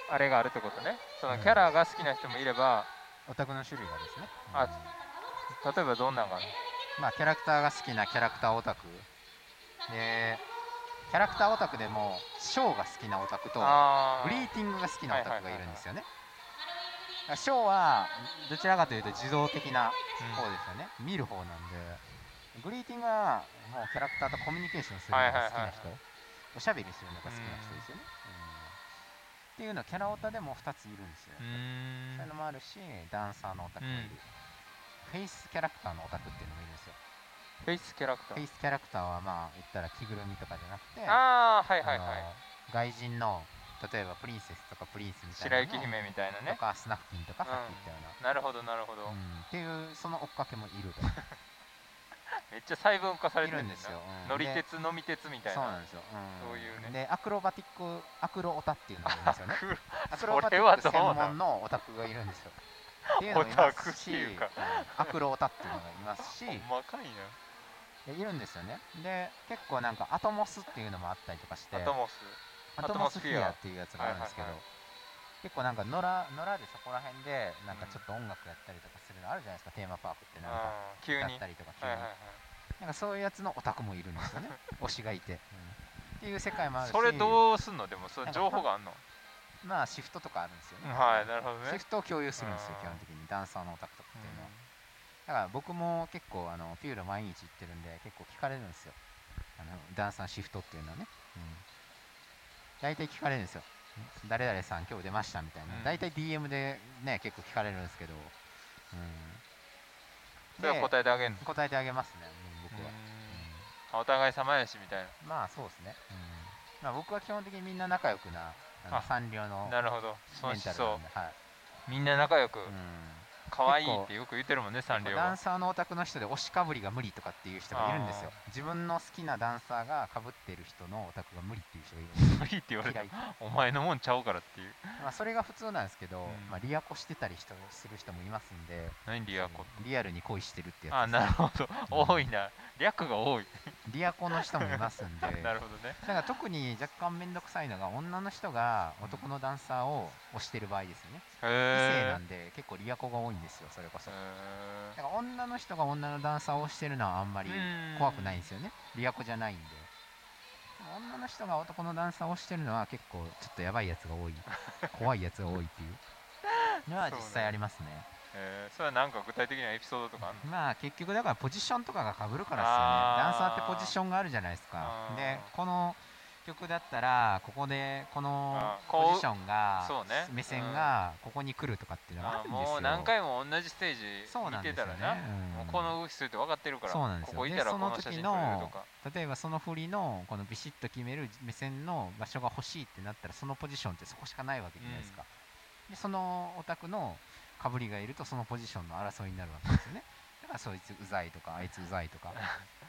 Speaker 1: ああれがあるってことねそのキャラが好きな人もいれば、
Speaker 2: オタクの種類がですね、
Speaker 1: あ
Speaker 2: うん
Speaker 1: 例えばどんなんがあるの
Speaker 2: まあキャラクターが好きなキャラクターオタクでキャラクターオタクでもショーが好きなオタクと
Speaker 1: あ
Speaker 2: グリーティングが好きなオタクがいるんですよねだからショーはどちらかというと受動的な方
Speaker 1: ー
Speaker 2: ですよね、見る方なんでグリーティングはもうキャラクターとコミュニケーションするのが好きな人、
Speaker 1: はいはいはいは
Speaker 2: おしゃべりするのが好きな人ですよね、うんっていうのはキャラオタでも2ついるんですよ、
Speaker 1: う
Speaker 2: そういうの
Speaker 1: ん
Speaker 2: もあるしダンサーのオタクもい
Speaker 1: う
Speaker 2: る、
Speaker 1: ん
Speaker 2: フェイスキャラクターのオタクっていうのもいるんですよ
Speaker 1: フェイスキャラクタ
Speaker 2: フェ
Speaker 1: ー
Speaker 2: イスキャラクターはまあ言ったら着ぐるみとかじゃなくて
Speaker 1: ああはいはいはい
Speaker 2: あの外人の例えばプリンセスとかプリンスみたい
Speaker 1: 白
Speaker 2: なの
Speaker 1: 雪姫みたいな
Speaker 2: と
Speaker 1: ね
Speaker 2: かスナフキンとかさっき言ったような、
Speaker 1: なるほどなるほど、
Speaker 2: うんっていうその追っかけもい ると
Speaker 1: めっちゃ細分化され
Speaker 2: い
Speaker 1: てる
Speaker 2: るん
Speaker 1: んで
Speaker 2: ですす
Speaker 1: よ
Speaker 2: よ、うん
Speaker 1: 乗り
Speaker 2: で
Speaker 1: 鉄飲み鉄みたい
Speaker 2: そう
Speaker 1: な
Speaker 2: なんですよ、ん
Speaker 1: そういうね
Speaker 2: でアクロバティックアクロオタっていうのがいる んですよねアクロバ
Speaker 1: そ
Speaker 2: テ
Speaker 1: れ
Speaker 2: ィ
Speaker 1: は
Speaker 2: ック
Speaker 1: どう
Speaker 2: 専
Speaker 1: なの
Speaker 2: 門のオタクがいるんですよっていうのもいますし
Speaker 1: オタクっていうか
Speaker 2: んアクロオタっていうのがいますし
Speaker 1: ほんまかいな
Speaker 2: でいるんですよねで結構なんかアトモスっていうのもあったりとかして
Speaker 1: アトモス
Speaker 2: アトモスフィアっていうやつがあるんですけど、
Speaker 1: はいはい
Speaker 2: 結構なんか野良野良でそこら辺でなんかちょっと音楽やったりとかするのあるじゃないですか、テーマパークってなんか
Speaker 1: あー急に
Speaker 2: だ
Speaker 1: はい
Speaker 2: っ
Speaker 1: は
Speaker 2: たりとか急
Speaker 1: い
Speaker 2: に、
Speaker 1: は
Speaker 2: なんかそういうやつのオタクもいるんですよ ね推しがいて、うんっていう世界もある
Speaker 1: い
Speaker 2: し
Speaker 1: それどうすんのでもそれ
Speaker 2: なんか
Speaker 1: 情報があんの
Speaker 2: まあシフトとかあるんですよね、
Speaker 1: はいなるほど
Speaker 2: シ
Speaker 1: ね
Speaker 2: フトを共有するんですよ
Speaker 1: あー
Speaker 2: 基本的にダンサーのオタクとかっていうのは、だから僕も結構あのピューロ毎日行ってるんで結構聞かれるんですよあのダンサーシフトっていうのはね、うん、大体聞かれるんですよ誰々さん今日出ましたみたいな、
Speaker 1: うん
Speaker 2: 大体 DM でね結構聞かれるんですけど、
Speaker 1: それは答えてあげんの
Speaker 2: え答えてあげますね、うん僕は、
Speaker 1: うんお互い様やしみたい
Speaker 2: うんまあそうですね、うんまあ、僕は基本的にみんな仲良くなあの
Speaker 1: あ
Speaker 2: サンリオの
Speaker 1: ななるほどそ
Speaker 2: メ
Speaker 1: う
Speaker 2: ン
Speaker 1: し
Speaker 2: タルな
Speaker 1: そ
Speaker 2: んで、はい、
Speaker 1: うみんな仲良く
Speaker 2: うん
Speaker 1: 可愛いってよく言ってるもんねサンリオ
Speaker 2: ダン
Speaker 1: は
Speaker 2: サーのオタクの人で推しかぶりが無理とかっていう人がいるんですよ
Speaker 1: あ
Speaker 2: 自分の好きなダンサーがかぶってる人のオタクが無理っていう人がいるんです
Speaker 1: 無理って言われ
Speaker 2: 嫌
Speaker 1: た
Speaker 2: い、
Speaker 1: お前のもんちゃうからっていう
Speaker 2: まあ、それが普通なんですけど、
Speaker 1: うん
Speaker 2: まあ、リアコしてたり人する人もいますんで
Speaker 1: 何リアコ
Speaker 2: リアルに恋してるってやつ
Speaker 1: あなるほど
Speaker 2: うん
Speaker 1: 多いな略が多い
Speaker 2: リアコの人もいますんで
Speaker 1: なるほどね
Speaker 2: なんか特に若干面倒くさいのが女の人が男のダンサーを推してる場合ですよね、異性な
Speaker 1: へ
Speaker 2: んで結構リアコが多いんですよそれこそ、
Speaker 1: え
Speaker 2: だから女の人が女のダンサーを推してるのはあんまり怖くないんですよねリアコじゃないんででも女の人が男のダンサーを推してるのは結構ちょっとやばいやつが 多い怖いやつが多いっていうのは実際ありますね
Speaker 1: えー、それはなんか具体的なエピソードとかあんの
Speaker 2: まあ結局だからポジションとかが被るからですよね
Speaker 1: あ
Speaker 2: ダン
Speaker 1: ー
Speaker 2: サーってポジションがあるじゃないですか
Speaker 1: あー
Speaker 2: でこの局だったらここでこの
Speaker 1: あこう
Speaker 2: ポジションが
Speaker 1: そうね
Speaker 2: 目線がここに来るとかっていうのはあ
Speaker 1: あ
Speaker 2: るんですよ
Speaker 1: もう何回も同じステージ
Speaker 2: そうな
Speaker 1: 見
Speaker 2: んで
Speaker 1: て
Speaker 2: す
Speaker 1: た
Speaker 2: よね
Speaker 1: らな、
Speaker 2: うん
Speaker 1: もうこの動きするって分かってるから
Speaker 2: そうなんですよ
Speaker 1: ここいたらこ
Speaker 2: でその
Speaker 1: の
Speaker 2: 時
Speaker 1: 写真撮れるとか
Speaker 2: 例えばその振りのこのビシッと決める目線の場所が欲しいってなったらそのポジションってそこしかないわけじゃないですか、でそのお宅のかぶりがいるとそのポジションの争いになるわけです よねだからそいつうざいとかあいつうざいとかっ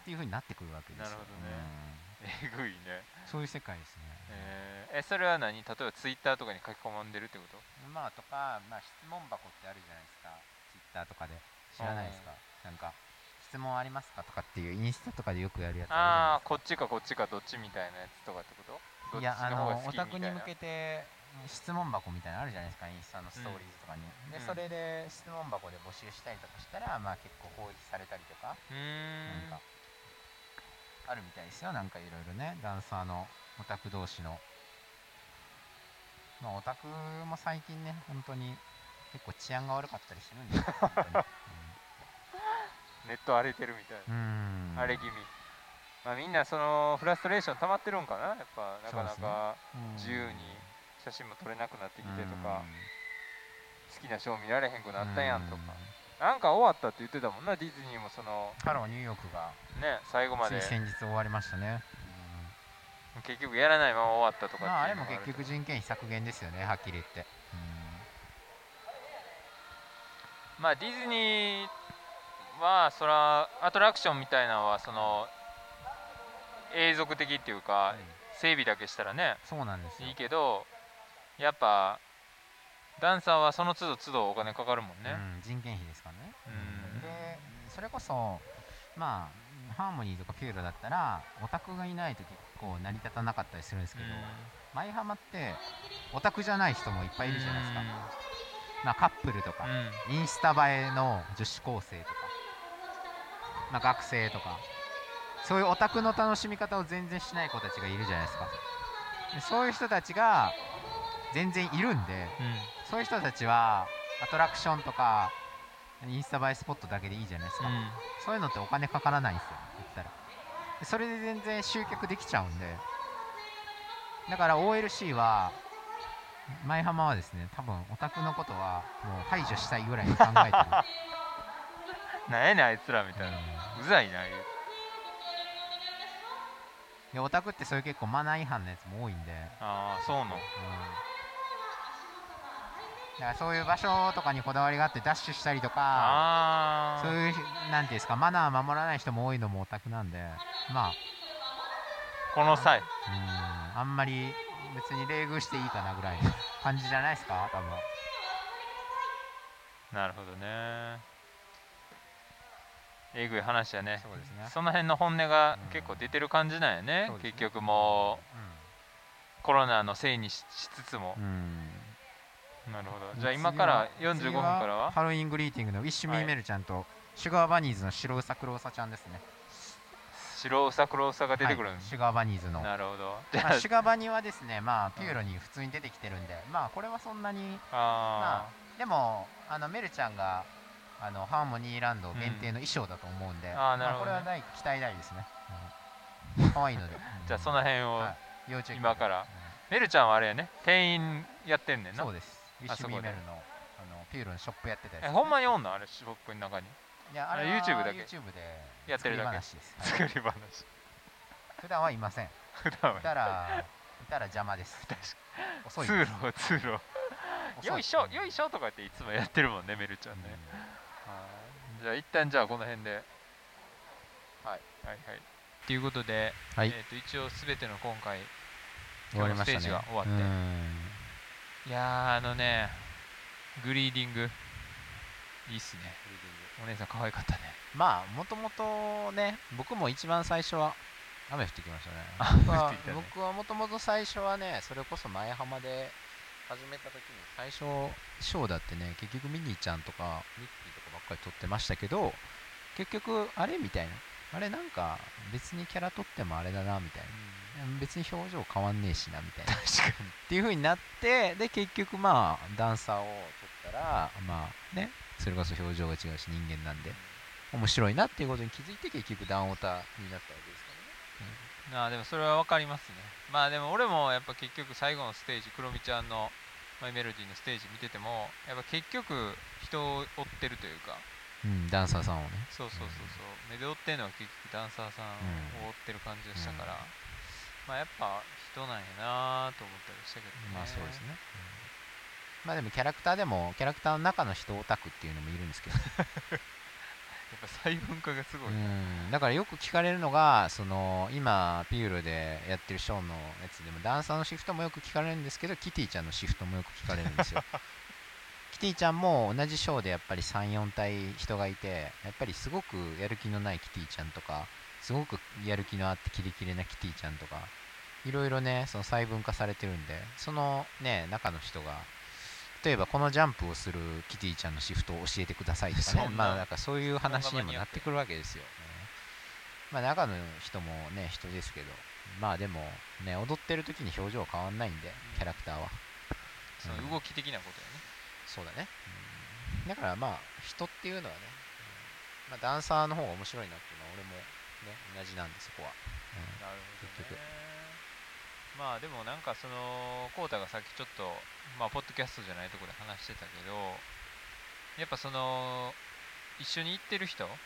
Speaker 2: ていうふうになってくるわけですよ
Speaker 1: なるほどねえぐいね、
Speaker 2: うんそういう世界ですね、
Speaker 1: えーえそれは何例えばツイッターとかに書き込んでるってこと
Speaker 2: まあとか、まあ、質問箱ってあるじゃないですかツイッターとかで知らないですか、なんか質問ありますかとかっていうインスタとかでよくやるやつ
Speaker 1: あ
Speaker 2: あ
Speaker 1: あ
Speaker 2: るじゃないですか
Speaker 1: こっちかこっちかどっちみたいなやつとかってことどっ
Speaker 2: い
Speaker 1: ち
Speaker 2: やあ
Speaker 1: の方が
Speaker 2: の
Speaker 1: 好
Speaker 2: お
Speaker 1: きみたいな
Speaker 2: 宅に向けて質問箱みたいなのあるじゃないですかインスタのストーリーズとかに、
Speaker 1: ん
Speaker 2: で
Speaker 1: うん
Speaker 2: それで質問箱で募集したりとかしたらまあ結構放置されたりとか
Speaker 1: う
Speaker 2: なん
Speaker 1: ーん
Speaker 2: かあるみたいですよなんかいろいろねダンサーのオタク同士のまあオタクも最近ね本当に結構治安が悪かったりしてるんですよ本 当に
Speaker 1: ネット荒れてるみたいな、
Speaker 2: うんうん
Speaker 1: 荒れ気味まあみんなそのフラストレーション溜まってるんかなやっぱなかな
Speaker 2: そうですね
Speaker 1: か
Speaker 2: うん
Speaker 1: 自由に写真も撮れなくなってきてとか
Speaker 2: うん
Speaker 1: 好きなショー見られへんくなったやんと
Speaker 2: う
Speaker 1: かなんか終わったって言ってたもんなディズニーもその
Speaker 2: ハローニューヨークが
Speaker 1: ね最後ま
Speaker 2: つ
Speaker 1: で
Speaker 2: い先日終わりましたね、うん
Speaker 1: 結局やらないまま終わったとか
Speaker 2: まあ、あ
Speaker 1: ってい
Speaker 2: れ
Speaker 1: うの
Speaker 2: も
Speaker 1: が
Speaker 2: 結
Speaker 1: ると
Speaker 2: 局人件費削減ですよねはっきり言って
Speaker 1: まあディズニーはそらアトラクションみたいなのはその永続的っていう
Speaker 2: うん
Speaker 1: か整備だけしたらね
Speaker 2: そうなんですよ
Speaker 1: いいけどやっぱダンサーはその都度都度お金かかるもんね、
Speaker 2: うん、人件費ですからね、
Speaker 1: うん
Speaker 2: でそれこそまあハーモニーとかピューロだったらオタクがいないと結構成り立たなかったりするんですけど、マイハマってオタクじゃない人もいっぱいいるじゃないですか、まあ、カップルとか、インスタ映えの女子高生とか、まあ、学生とかそういうオタクの楽しみ方を全然しない子たちがいるじゃないですかでそういう人たちが全然いる
Speaker 1: うんう
Speaker 2: んで
Speaker 1: ん
Speaker 2: そういう人たちはアトラクションとかインスタ映えスポットだけでいいじゃないですか、
Speaker 1: うん
Speaker 2: そういうのってお金かからないんですよ言ったらでそれで全然集客できちゃうんでだから OLC は舞浜はですね多分オタクのことはもう排除したいぐらいに考えてる
Speaker 1: なんやねんあいつらみたいな、うざいな言う
Speaker 2: でオタクってそういう結構マナー違反のやつも多いんで、うん、
Speaker 1: ああそうなん
Speaker 2: だからそういう場所とかにこだわりがあってダッシュしたりとか
Speaker 1: あ
Speaker 2: そう
Speaker 1: ー
Speaker 2: いうなんていうんですかマナー守らない人も多いのもオタクなんでまあ
Speaker 1: この際
Speaker 2: うんあんまり別に冷遇していいかなぐらいの感じじゃないですか多分
Speaker 1: なるほどねえぐい話やね
Speaker 2: そうですね
Speaker 1: その辺の本音が結構出てる感じなんやね、
Speaker 2: そうですね
Speaker 1: 結局もうコロナのせいにししつつも
Speaker 2: う、ん
Speaker 1: なるほどじゃあ今から45分からは
Speaker 2: ハロウィングリーティングのウィッシュ・ミー・メルちゃんと、シュガーバニーズの白うさ黒うさちゃんですね
Speaker 1: 白うさ黒うさが出てくるん
Speaker 2: はい
Speaker 1: です、
Speaker 2: シュガーバニーズの
Speaker 1: なるほどじ
Speaker 2: ま
Speaker 1: ゃ
Speaker 2: あ、シュガバニはですね、まあ、ピューロに普通に出てきてるんで、まあ、これはそんなに、
Speaker 1: あ
Speaker 2: まあ、でも、あのメルちゃんがあのハーモニーランド限定の衣装だと思うんで、
Speaker 1: あーなる
Speaker 2: まあ、
Speaker 1: ほ
Speaker 2: こ
Speaker 1: ど
Speaker 2: れ
Speaker 1: ね
Speaker 2: は大期待大ですね。うん可愛いので、
Speaker 1: あ じゃあその辺を、
Speaker 2: はい要注意
Speaker 1: 今から
Speaker 2: うん
Speaker 1: メルちゃんはあれやね店員やってんねんな
Speaker 2: そうです、ウィッ
Speaker 1: あ
Speaker 2: シ
Speaker 1: そ
Speaker 2: ュ・
Speaker 1: こ
Speaker 2: ミ
Speaker 1: で
Speaker 2: ーメルのあのピューロのショップやってたり
Speaker 1: えほんまにおんのあれショップの中に
Speaker 2: いやあれは
Speaker 1: あれ YouTube だけ
Speaker 2: YouTube で
Speaker 1: やってるだけ
Speaker 2: 作り話です、はい
Speaker 1: 作り話
Speaker 2: 普段はい ません。い
Speaker 1: 普段は
Speaker 2: たら、いたら邪魔です。遅 い
Speaker 1: 通路を通路を
Speaker 2: 遅
Speaker 1: よいしょよいしょとか言っていつもやってるもんねメルちゃんね、はいじゃあ一旦じゃあこの辺ではいはいはいということで、
Speaker 2: はい
Speaker 1: えー、と一応全ての今回
Speaker 2: 終わりました
Speaker 1: 今日の
Speaker 2: ね
Speaker 1: ステージが終わって
Speaker 2: うん
Speaker 1: いやーあのねグリーディングいいっすねお姉さん可愛かったね
Speaker 2: まあもともとね僕も一番最初は雨降ってきましたね 僕は
Speaker 1: 降ってきたね
Speaker 2: 僕はもともと最初はねそれこそ前浜で始めた時に最初ショーだってね結局ミニーちゃんとかミッキーとかばっかり撮ってましたけど結局あれみたいなあれなんか別にキャラ撮ってもあれだなみたいなうん別に表情変わんねえしなみたいな
Speaker 1: 確かに
Speaker 2: っていう風になってで結局まあダンサーを取ったらまあねそれこそ表情が違うし人間なんで面白いなっていうことに気づいて結局ダンオタになったわけですからね、
Speaker 1: ああでもそれは分かりますねまあでも俺もやっぱ結局最後のステージクロミちゃんのマイメロディのステージ見ててもやっぱ結局人を追ってるというか
Speaker 2: うん、ダンサーさんをね
Speaker 1: そうそうそうそう目で追ってるのは結局ダンサーさんを追ってる感じがしたから、
Speaker 2: うん
Speaker 1: まあやっぱ人なんやなと思ったりしたけどね
Speaker 2: まあそうですね、まあでもキャラクターでもキャラクターの中の人オタクっていうのもいるんですけど、
Speaker 1: やっぱ細分化がすごい、
Speaker 2: うん、だからよく聞かれるのがその今ピューロでやってるショーのやつでもダンサーのシフトもよく聞かれるんですけどキティちゃんのシフトもよく聞かれる んですよキティちゃんも同じショーでやっぱり34体人がいてやっぱりすごくやる気のないキティちゃんとかすごくやる気のあってキレキレなキティちゃんとかいろいろねその細分化されてるんでそのね中の人が例えばこのジャンプをするキティちゃんのシフトを教えてくださいとか
Speaker 1: そ
Speaker 2: ね
Speaker 1: んな
Speaker 2: まあなんかそういう話にもなってくるわけですよ、ねまあ中の人もね人ですけどまあでもね踊ってる時に表情変わんないんでキャラクターは
Speaker 1: その動き的なことやね
Speaker 2: そうだね、だからまあ人っていうのはね、うんまあ、ダンサーの方が面白いなっていうのは俺もね同じなんでそこは、う
Speaker 1: なるほ
Speaker 2: 結
Speaker 1: どね
Speaker 2: 局
Speaker 1: まあでもなんかそのコウタがさっきちょっとまあポッドキャストじゃないところで話してたけどやっぱその一緒に行ってる人を
Speaker 2: ん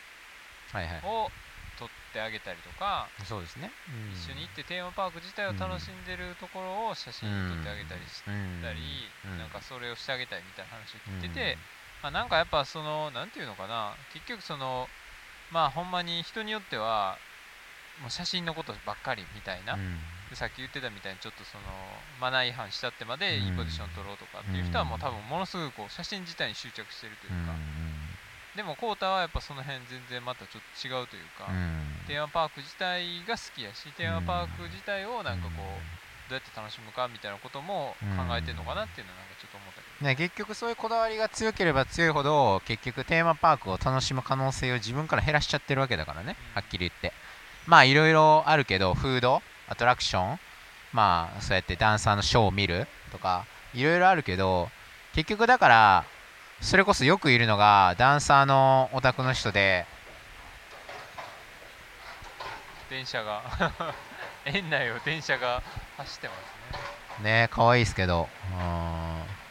Speaker 2: はいはい
Speaker 1: 撮ってあげたりとか、
Speaker 2: そうですね、うん
Speaker 1: 一緒に行ってテーマパーク自体を楽しんでるところを写真に撮ってあげたりし
Speaker 2: うん
Speaker 1: たり、
Speaker 2: うん
Speaker 1: なんかそれをしてあげたいみたいな話を聞いてて、まあ、なんかやっぱそのなんていうのかな結局そのまあほんまに人によってはもう写真のことばっかりみたいな、
Speaker 2: うんうん
Speaker 1: でさっき言ってたみたいにちょっとそのマナー違反したってまでいいポジション取ろうとかっていう人はもう多分ものすごくこう写真自体に執着してるというか、でもコータはやっぱその辺全然またちょっと違うというか、
Speaker 2: うん
Speaker 1: テーマパーク自体が好きやしテーマパーク自体をなんかこう、どうやって楽しむかみたいなことも考えてるのかなっていうのはなんかちょっと思ったけど、
Speaker 2: ね、結局そういうこだわりが強ければ強いほど結局テーマパークを楽しむ可能性を自分から減らしちゃってるわけだからね
Speaker 1: うん
Speaker 2: はっきり言ってまあいろいろあるけどフードアトラクションまあそうやってダンサーのショーを見るとかいろいろあるけど結局だからそれこそよくいるのがダンサーのオタクの人で
Speaker 1: 電車が 園内を電車が走ってますね
Speaker 2: ね可愛いですけどうん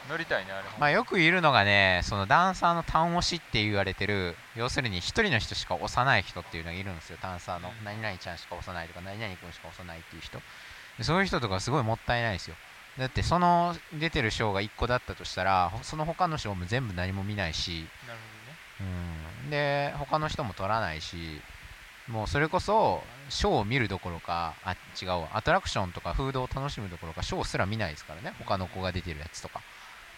Speaker 1: 乗りたいねあれも、
Speaker 2: まあ、よくいるのがねそのダンサーの単押しって言われてる要するに一人の人しか押さない人っていうのがいるんですよダンサーの、
Speaker 1: うん
Speaker 2: 何々ちゃんしか押さないとか何々君しか押さないっていう人でそういう人とかすごいもったいないですよだってその出てる賞が1個だったとしたらほその他の賞も全部何も見ないし、
Speaker 1: なるほどね
Speaker 2: うん、で他の人も取らないしもうそれこそショーを見るどころかあ違うわアトラクションとかフードを楽しむどころかショーすら見ないですからね他の子が出てるやつとかだ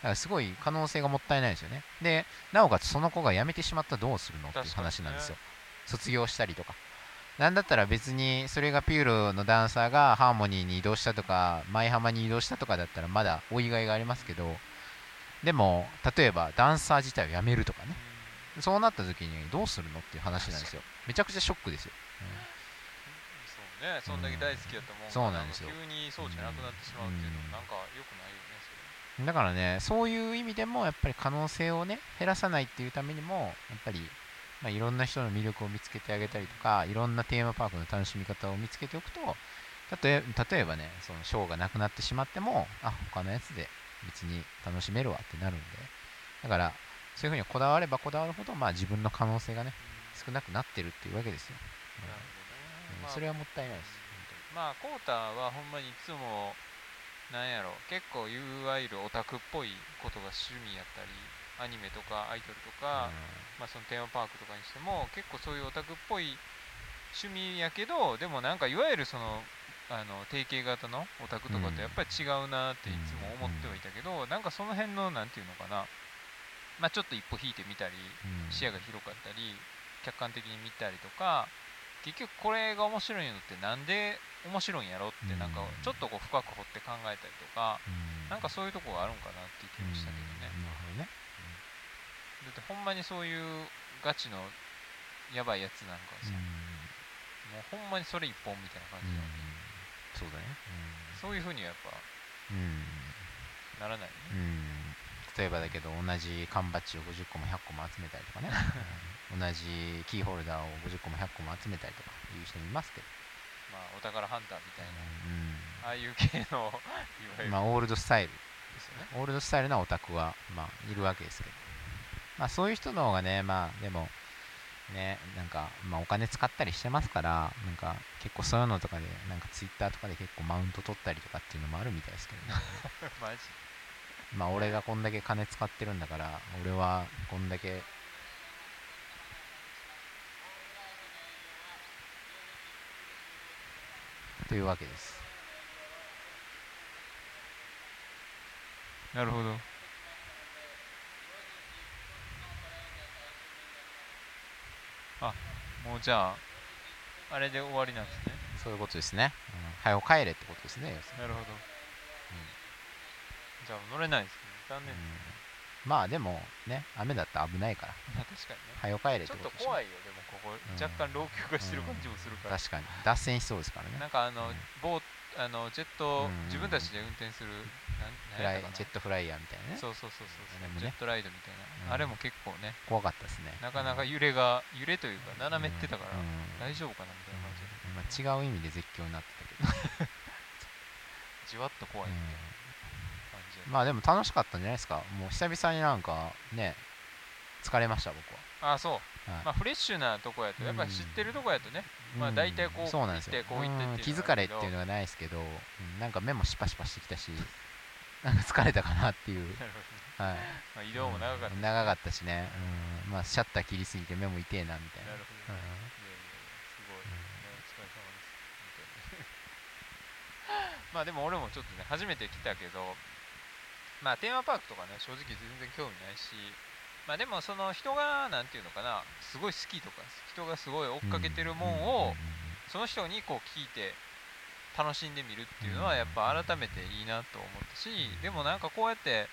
Speaker 2: からすごい可能性がもったいないですよねでなおかつその子が辞めてしまったらどうするのっていう話なんですよ、卒業したりとかなんだったら別にそれがピューロのダンサーがハーモニーに移動したとか舞浜に移動したとかだったらまだお意外がありますけどでも例えばダンサー自体を辞めるとかね
Speaker 1: うん
Speaker 2: そうなった時にどうするのっていう話なんですよ。めちゃくちゃショックですよ。
Speaker 1: そうねそんだけ大好きだと思う
Speaker 2: そうなんですよ
Speaker 1: 急にそうじゃなくなってしまうっていうのもなんか良くないよね
Speaker 2: だからね、そういう意味でもやっぱり可能性をね、減らさないっていうためにも、やっぱり、まあ、いろんな人の魅力を見つけてあげたりとか、いろんなテーマパークの楽しみ方を見つけておくと、例え例えばね、そのショーがなくなってしまっても、あ、他のやつで別に楽しめるわってなるんで、だから、そういうふうにこだわればこだわるほど、まあ自分の可能性がね、
Speaker 1: それ
Speaker 2: 少なくなってるっていうわけですよ。
Speaker 1: うんなる
Speaker 2: う
Speaker 1: ほどね
Speaker 2: ん
Speaker 1: まあ
Speaker 2: それはもったいないです。
Speaker 1: まあコータはほんまにいつもなんやろ結構いわゆるオタクっぽいことが趣味やったりアニメとかアイドルとか、
Speaker 2: うん
Speaker 1: まあそのテーマパークとかにしても結構そういうオタクっぽい趣味やけどでもなんかいわゆるそのあの定型型のオタクとか
Speaker 2: うん
Speaker 1: とやっぱり違うなっていつも思ってはいたけど、なんかその辺のなんていうのかなまあちょっと一歩引いてみたり視野が広かったり客観的に見たりとか結局これが面白いのってなんで面白いんやろってなんか
Speaker 2: うん
Speaker 1: ちょっとこう深く掘って考えたりとか
Speaker 2: うん
Speaker 1: なんかそういうとこがあるんかなっていう気もしたけどね
Speaker 2: うんなるほどね
Speaker 1: だってほんまにそういうガチのやばいやつなんかはさもうほんまにそれ一本みたいな感
Speaker 2: う
Speaker 1: じ
Speaker 2: ん
Speaker 1: なの
Speaker 2: そうだね
Speaker 1: そういうふうにはやっ
Speaker 2: うん
Speaker 1: ぱならない
Speaker 2: うん
Speaker 1: ね
Speaker 2: うん例えばだけど同じ缶バッジを50個も100個も集めた りとか ねうん同じキーホルダーを50個も100個も集めたりとかいう人もいますけど
Speaker 1: うまあ、お宝ハンターみたいなああいう系のいわゆ
Speaker 2: うん
Speaker 1: る
Speaker 2: まあオールドスタイル
Speaker 1: ですよね、
Speaker 2: オールドスタイルなオタクはまあいるわけですけどまあそういう人の方がねまあでもねなんかまあお金使ったりしてますからなんか結構そういうのとかでなんかツイッターとかで結構マウント取ったりとかっていうのもあるみたいですけどね
Speaker 1: マジ
Speaker 2: まあ俺がこんだけ金使ってるんだから俺はこんだけというわけです
Speaker 3: なるほど
Speaker 1: もうじゃああれで終わりなんですね
Speaker 2: そういうことですね、うん、早く帰れってことですね要す
Speaker 1: な
Speaker 2: るに
Speaker 1: るほど、じゃあ乗れないですね残念で
Speaker 2: うん
Speaker 1: すね、
Speaker 2: まあでもね雨だったら危ないから
Speaker 1: まあ確かにね
Speaker 2: 早く帰
Speaker 1: ち
Speaker 2: れって
Speaker 1: ょっ
Speaker 2: ことと
Speaker 1: 怖
Speaker 2: い
Speaker 1: いよでもここ
Speaker 2: ん
Speaker 1: 若干老朽化してる感じもするから、
Speaker 2: 確かに脱線しそうですから
Speaker 1: な
Speaker 2: ね
Speaker 1: んかあの
Speaker 2: うん
Speaker 1: ボーあのジェットを
Speaker 2: うん
Speaker 1: 自分たちで運転する
Speaker 2: フ
Speaker 1: なん
Speaker 2: ラ
Speaker 1: なんやったか
Speaker 2: イ
Speaker 1: な
Speaker 2: ジェットフライヤーみたいなね
Speaker 1: そうそうそうそう
Speaker 2: あれもね
Speaker 1: ジェットライドみたいな、
Speaker 2: うん
Speaker 1: あれも結構ね
Speaker 2: 怖かったですね
Speaker 1: なかなか
Speaker 2: うん
Speaker 1: 揺れが揺れというか斜めってたから
Speaker 2: うん
Speaker 1: 大丈夫かなみたいな感じで、
Speaker 2: うんまあ違う意味で絶叫になってたけ
Speaker 1: じわっと怖
Speaker 2: ど、
Speaker 1: いみたい
Speaker 2: うん
Speaker 1: な感じで、
Speaker 2: まあでも楽しかったんじゃないですかもう久々になんかね疲れました僕は
Speaker 1: ああそう、
Speaker 2: はい
Speaker 1: まあフレッシュなとこやとやっぱ知ってるとこやとね、まあ
Speaker 2: うん
Speaker 1: 大体こう
Speaker 2: そうなんです
Speaker 1: 行っ
Speaker 2: よ
Speaker 1: てこう行ってっていうのは
Speaker 2: ん気疲れっていうのはないですけど、うんなんか目もシパシパしてきたしなんか疲れたかなっていう、
Speaker 1: なるほどね
Speaker 2: はい、
Speaker 1: まあ、移動も長かった、
Speaker 2: うん
Speaker 1: なる
Speaker 2: 長かったしね、うんまあ、シャッター切りすぎて目も痛えなみたいな
Speaker 1: ほど、ね
Speaker 2: うん
Speaker 1: いやいやいやすごい、ね、お疲れ様です本当に まあでも俺もちょっとね初めて来たけどまあテーマパークとかね正直全然興味ないしまあでもその人がなんていうのかなすごい好きとか人がすごい追っかけてるもんを、その人にこう聞いて楽しんでみるっていうのはやっぱ改めていいなと思ったしでもなんかこうやって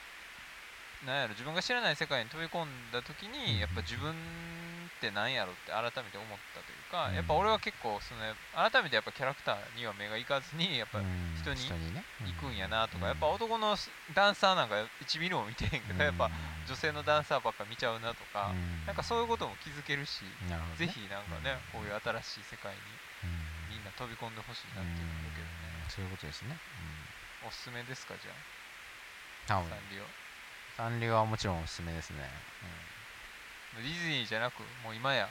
Speaker 1: なんやろ自分が知らない世界に飛び込んだ時にやっぱ自分ってなんやろって改めて思ったというかやっぱ俺は結構その改めてやっぱキャラクターには目がいかずにやっぱ
Speaker 2: うん
Speaker 1: 人に
Speaker 2: ね
Speaker 1: 行くんやなとかやっぱ
Speaker 2: うん
Speaker 1: 男のダンサーなんか1ミリも見てへんけどやっぱ
Speaker 2: うん
Speaker 1: 女性のダンサーばっか見ちゃうなとか
Speaker 2: うん
Speaker 1: なんかそういうことも気づけるし
Speaker 2: なるほどね
Speaker 1: ぜひなんかねこういう新しい世界に
Speaker 2: うん
Speaker 1: みんな飛び込んでほしいな
Speaker 2: う
Speaker 1: っ
Speaker 2: ん
Speaker 1: ていうのだけどね、
Speaker 2: そういうことですね、
Speaker 1: おすすめですかじゃあ、
Speaker 2: うん、はい
Speaker 1: サンリオ
Speaker 2: サンリオはもちろんおすすめですね、うん
Speaker 1: ディズニーじゃなくもう今や、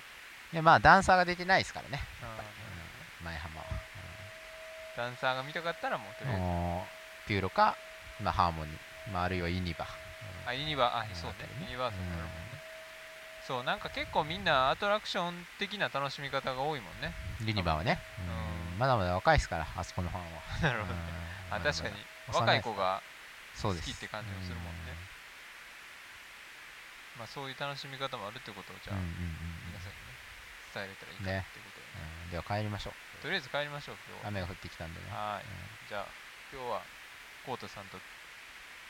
Speaker 2: でまあダンサーが出てないですからね、うん前浜は、
Speaker 1: ダンサーが見たかったらもうとりあえず、
Speaker 2: もうピューロか、まあ、ハーモニー、まあ、あるいはユニバ、
Speaker 1: あユニバあ
Speaker 2: うん
Speaker 1: そうね
Speaker 2: あたりね
Speaker 1: ユニバーサルもあるもんね、そうなんか結構みんなアトラクション的な楽しみ方が多いもんね
Speaker 2: ユニバはね、
Speaker 1: うん
Speaker 2: うんまだまだ若いですからあそこのファ ンは、
Speaker 1: なるほどね
Speaker 2: うん
Speaker 1: あ確かに
Speaker 2: まだまだ
Speaker 1: 若い子が、
Speaker 2: そうです
Speaker 1: 好きって感じもするもんねまあ、そういう楽しみ方もあるってことをじ
Speaker 2: うん
Speaker 1: ゃあ、
Speaker 2: うんうん
Speaker 1: 皆さんにね伝えれたらいいな
Speaker 2: ね
Speaker 1: ってこと
Speaker 2: う
Speaker 1: で、ね
Speaker 2: んうんでは帰りましょ
Speaker 1: とりあえず帰りましょう
Speaker 2: う
Speaker 1: 今日は
Speaker 2: 雨が降ってきたんでね、
Speaker 1: はーい
Speaker 2: うん
Speaker 1: じゃあ今日はコートさんと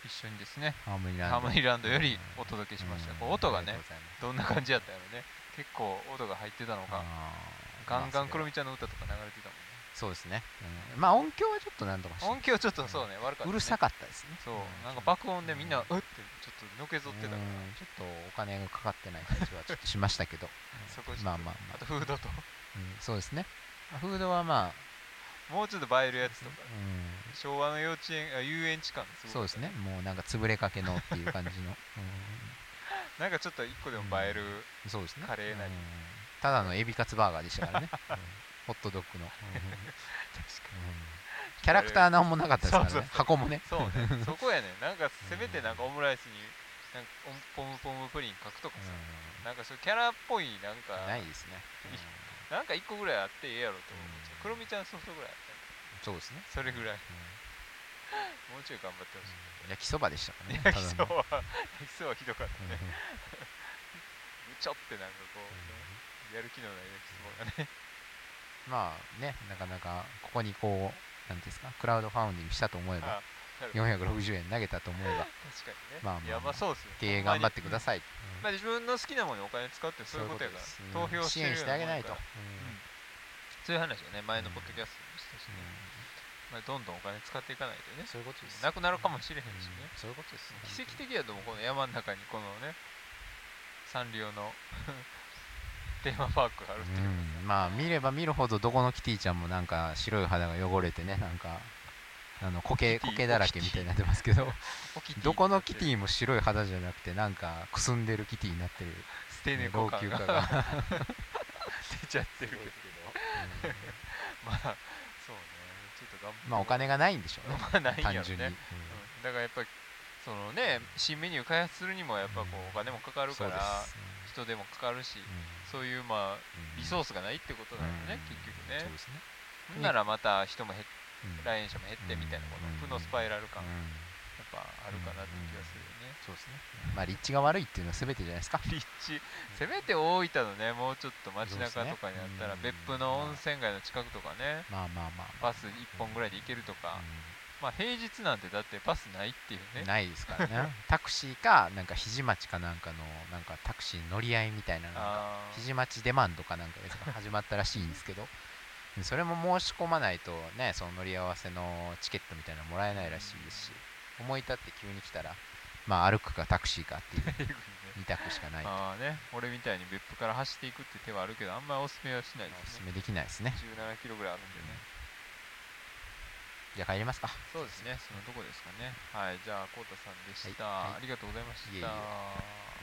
Speaker 1: 一緒にですね
Speaker 2: ハーモニーラ
Speaker 1: ハ
Speaker 2: ンド
Speaker 1: ーモニーランドよりお届けしました、こう音がねどんな感じやったんやろね結構音が入ってたのかガンガンクロミ
Speaker 2: み
Speaker 1: ちゃんの歌とか流れてたもん
Speaker 2: そうですね、うんまあ音響はちょっとなんとかして
Speaker 1: ね音響ちょっとそうね悪かった、ね、
Speaker 2: うるさかったですね
Speaker 1: そうなんか
Speaker 2: バ
Speaker 1: 爆音でみんなうってちょっとのけぞってたから
Speaker 2: ちょっとお金がかかってない感じはちょっとしました けど
Speaker 1: そこちょっと
Speaker 2: まあまあま
Speaker 1: あ
Speaker 2: あ
Speaker 1: と、フードと
Speaker 2: うんそうですねまあフードはまあ、
Speaker 1: もうちょっと映えるやつとか
Speaker 2: う
Speaker 1: 昭和の幼稚園あ遊園地感すご
Speaker 2: ん、
Speaker 1: い
Speaker 2: そうですねもうなんか潰れかけのっていう感 じの、う
Speaker 1: なんかちょっと一個でも映える、
Speaker 2: ん、そうですね
Speaker 1: カレーなり
Speaker 2: うんただのエビカツバーガーでしたからね、うんホットドッグの、うんキャラクターなんもなかったですからね
Speaker 1: そうそうそう
Speaker 2: 箱もね
Speaker 1: そう ねそこやねなんかせめてなんかオムライスになんかオムポムポムプリン書くとかさ、
Speaker 2: う
Speaker 1: なんかそういうキャラっぽいなんか
Speaker 2: んないですね、うん
Speaker 1: なんか一個ぐらいあってええやろと思うちゃう黒みちゃんソフトぐらいあったん
Speaker 2: そうですね、
Speaker 1: やそれぐらい
Speaker 2: うん
Speaker 1: もうちょい頑張ってほ しい
Speaker 2: 焼きそばでしたからね
Speaker 1: 焼きそ
Speaker 2: ただの
Speaker 1: ばは焼きそばひどかった
Speaker 2: うん
Speaker 1: ねぐちょってなんかこうやる気のない焼きそばがね
Speaker 2: まあねなかなかここにこうなんていうんですかクラウドファウンディングしたと思えば
Speaker 1: あなるほど
Speaker 2: 460円投げたと思えば
Speaker 1: 確かにね
Speaker 2: まあまあ
Speaker 1: いやまあそうですよ
Speaker 2: 経営頑張ってくだ
Speaker 1: さいま
Speaker 2: さい、
Speaker 1: あ自分の好きなものにお金使うってそういうことやから
Speaker 2: です
Speaker 1: 投票して
Speaker 2: 支援してあげないと、
Speaker 1: るようもんやからそういう話をね前のポッドキャストにもしたしねまあどんどんお金使っていかないとね
Speaker 2: そういうことです
Speaker 1: なくなるかもしれへんしね
Speaker 2: そういうことです
Speaker 1: 奇跡的やと思うこの山の中にこのねサンリオの テーマパークがあるっていう、
Speaker 2: うんまあ見れば見るほどどこのキティちゃんもなんか白い肌が汚れてねなんかあの苔
Speaker 1: キティ
Speaker 2: 苔だらけみたいになってますけど
Speaker 1: お キティ
Speaker 2: どこのキテ
Speaker 1: になって
Speaker 2: ィも白い肌じゃなくてなんかくすんでるキティになってる
Speaker 1: る捨て
Speaker 2: 老
Speaker 1: 猫感
Speaker 2: 朽
Speaker 1: が
Speaker 2: 化が
Speaker 1: 出ちゃってるけどまあそうねちょっと頑張
Speaker 2: まあお金がないんでしょうね
Speaker 1: まあないんやろ
Speaker 2: 単
Speaker 1: ね
Speaker 2: 純に、うん
Speaker 1: うんだからやっぱりそのね新メニュー開発するにもやっぱこ
Speaker 2: うん
Speaker 1: うお金もかかる
Speaker 2: そ
Speaker 1: か
Speaker 2: う
Speaker 1: ら
Speaker 2: です
Speaker 1: 人手もかかるし
Speaker 2: うん
Speaker 1: そういうまあ
Speaker 2: うん
Speaker 1: リソースがないってことなのね
Speaker 2: うん
Speaker 1: 結
Speaker 2: そ
Speaker 1: 局
Speaker 2: う
Speaker 1: ね
Speaker 2: ですね
Speaker 1: ほんならまた人も減っ
Speaker 2: うん
Speaker 1: 来園者も減ってみたいなこ
Speaker 2: うん
Speaker 1: の負のスパイラル
Speaker 2: う
Speaker 1: 感
Speaker 2: ん
Speaker 1: やっぱあるかなって気がするよね
Speaker 2: そうですねまあ立地が悪いっていうのは全てじゃないですか
Speaker 1: 立地せめて大分のねもうちょっと街中とかにあったら
Speaker 2: そうですね
Speaker 1: 別府の温泉街の近くとかね
Speaker 2: まあまあまあま
Speaker 1: バス1本ぐらいで行けると
Speaker 2: あ
Speaker 1: か
Speaker 2: うん
Speaker 1: まあ平日なんてだってバスないっていうね
Speaker 2: ないですか らねタクシーかなんか肘町かなんかのなんかタクシー乗り合いみたいなのが
Speaker 1: あー
Speaker 2: 肘町デマンドかなんかが始まったらしいんですけどそれも申し込まないとねその乗り合わせのチケットみたいなのもらえないらしいですし思い立って急に来たらまあ歩くかタクシーかっていう
Speaker 1: っていうふうにね
Speaker 2: 2択しかな い
Speaker 1: あーね俺みたいに別府から走っていくって手はあるけどあんまりおすすめはしない
Speaker 2: お
Speaker 1: ですす
Speaker 2: す
Speaker 1: ね
Speaker 2: めできないですね
Speaker 1: 17キロぐらいあるんでね
Speaker 2: じゃあ帰りますか
Speaker 1: そうですねそのとこですかねはいじゃあこうたさんでした、
Speaker 2: はいはい
Speaker 1: ありがとうございました
Speaker 2: いえいえ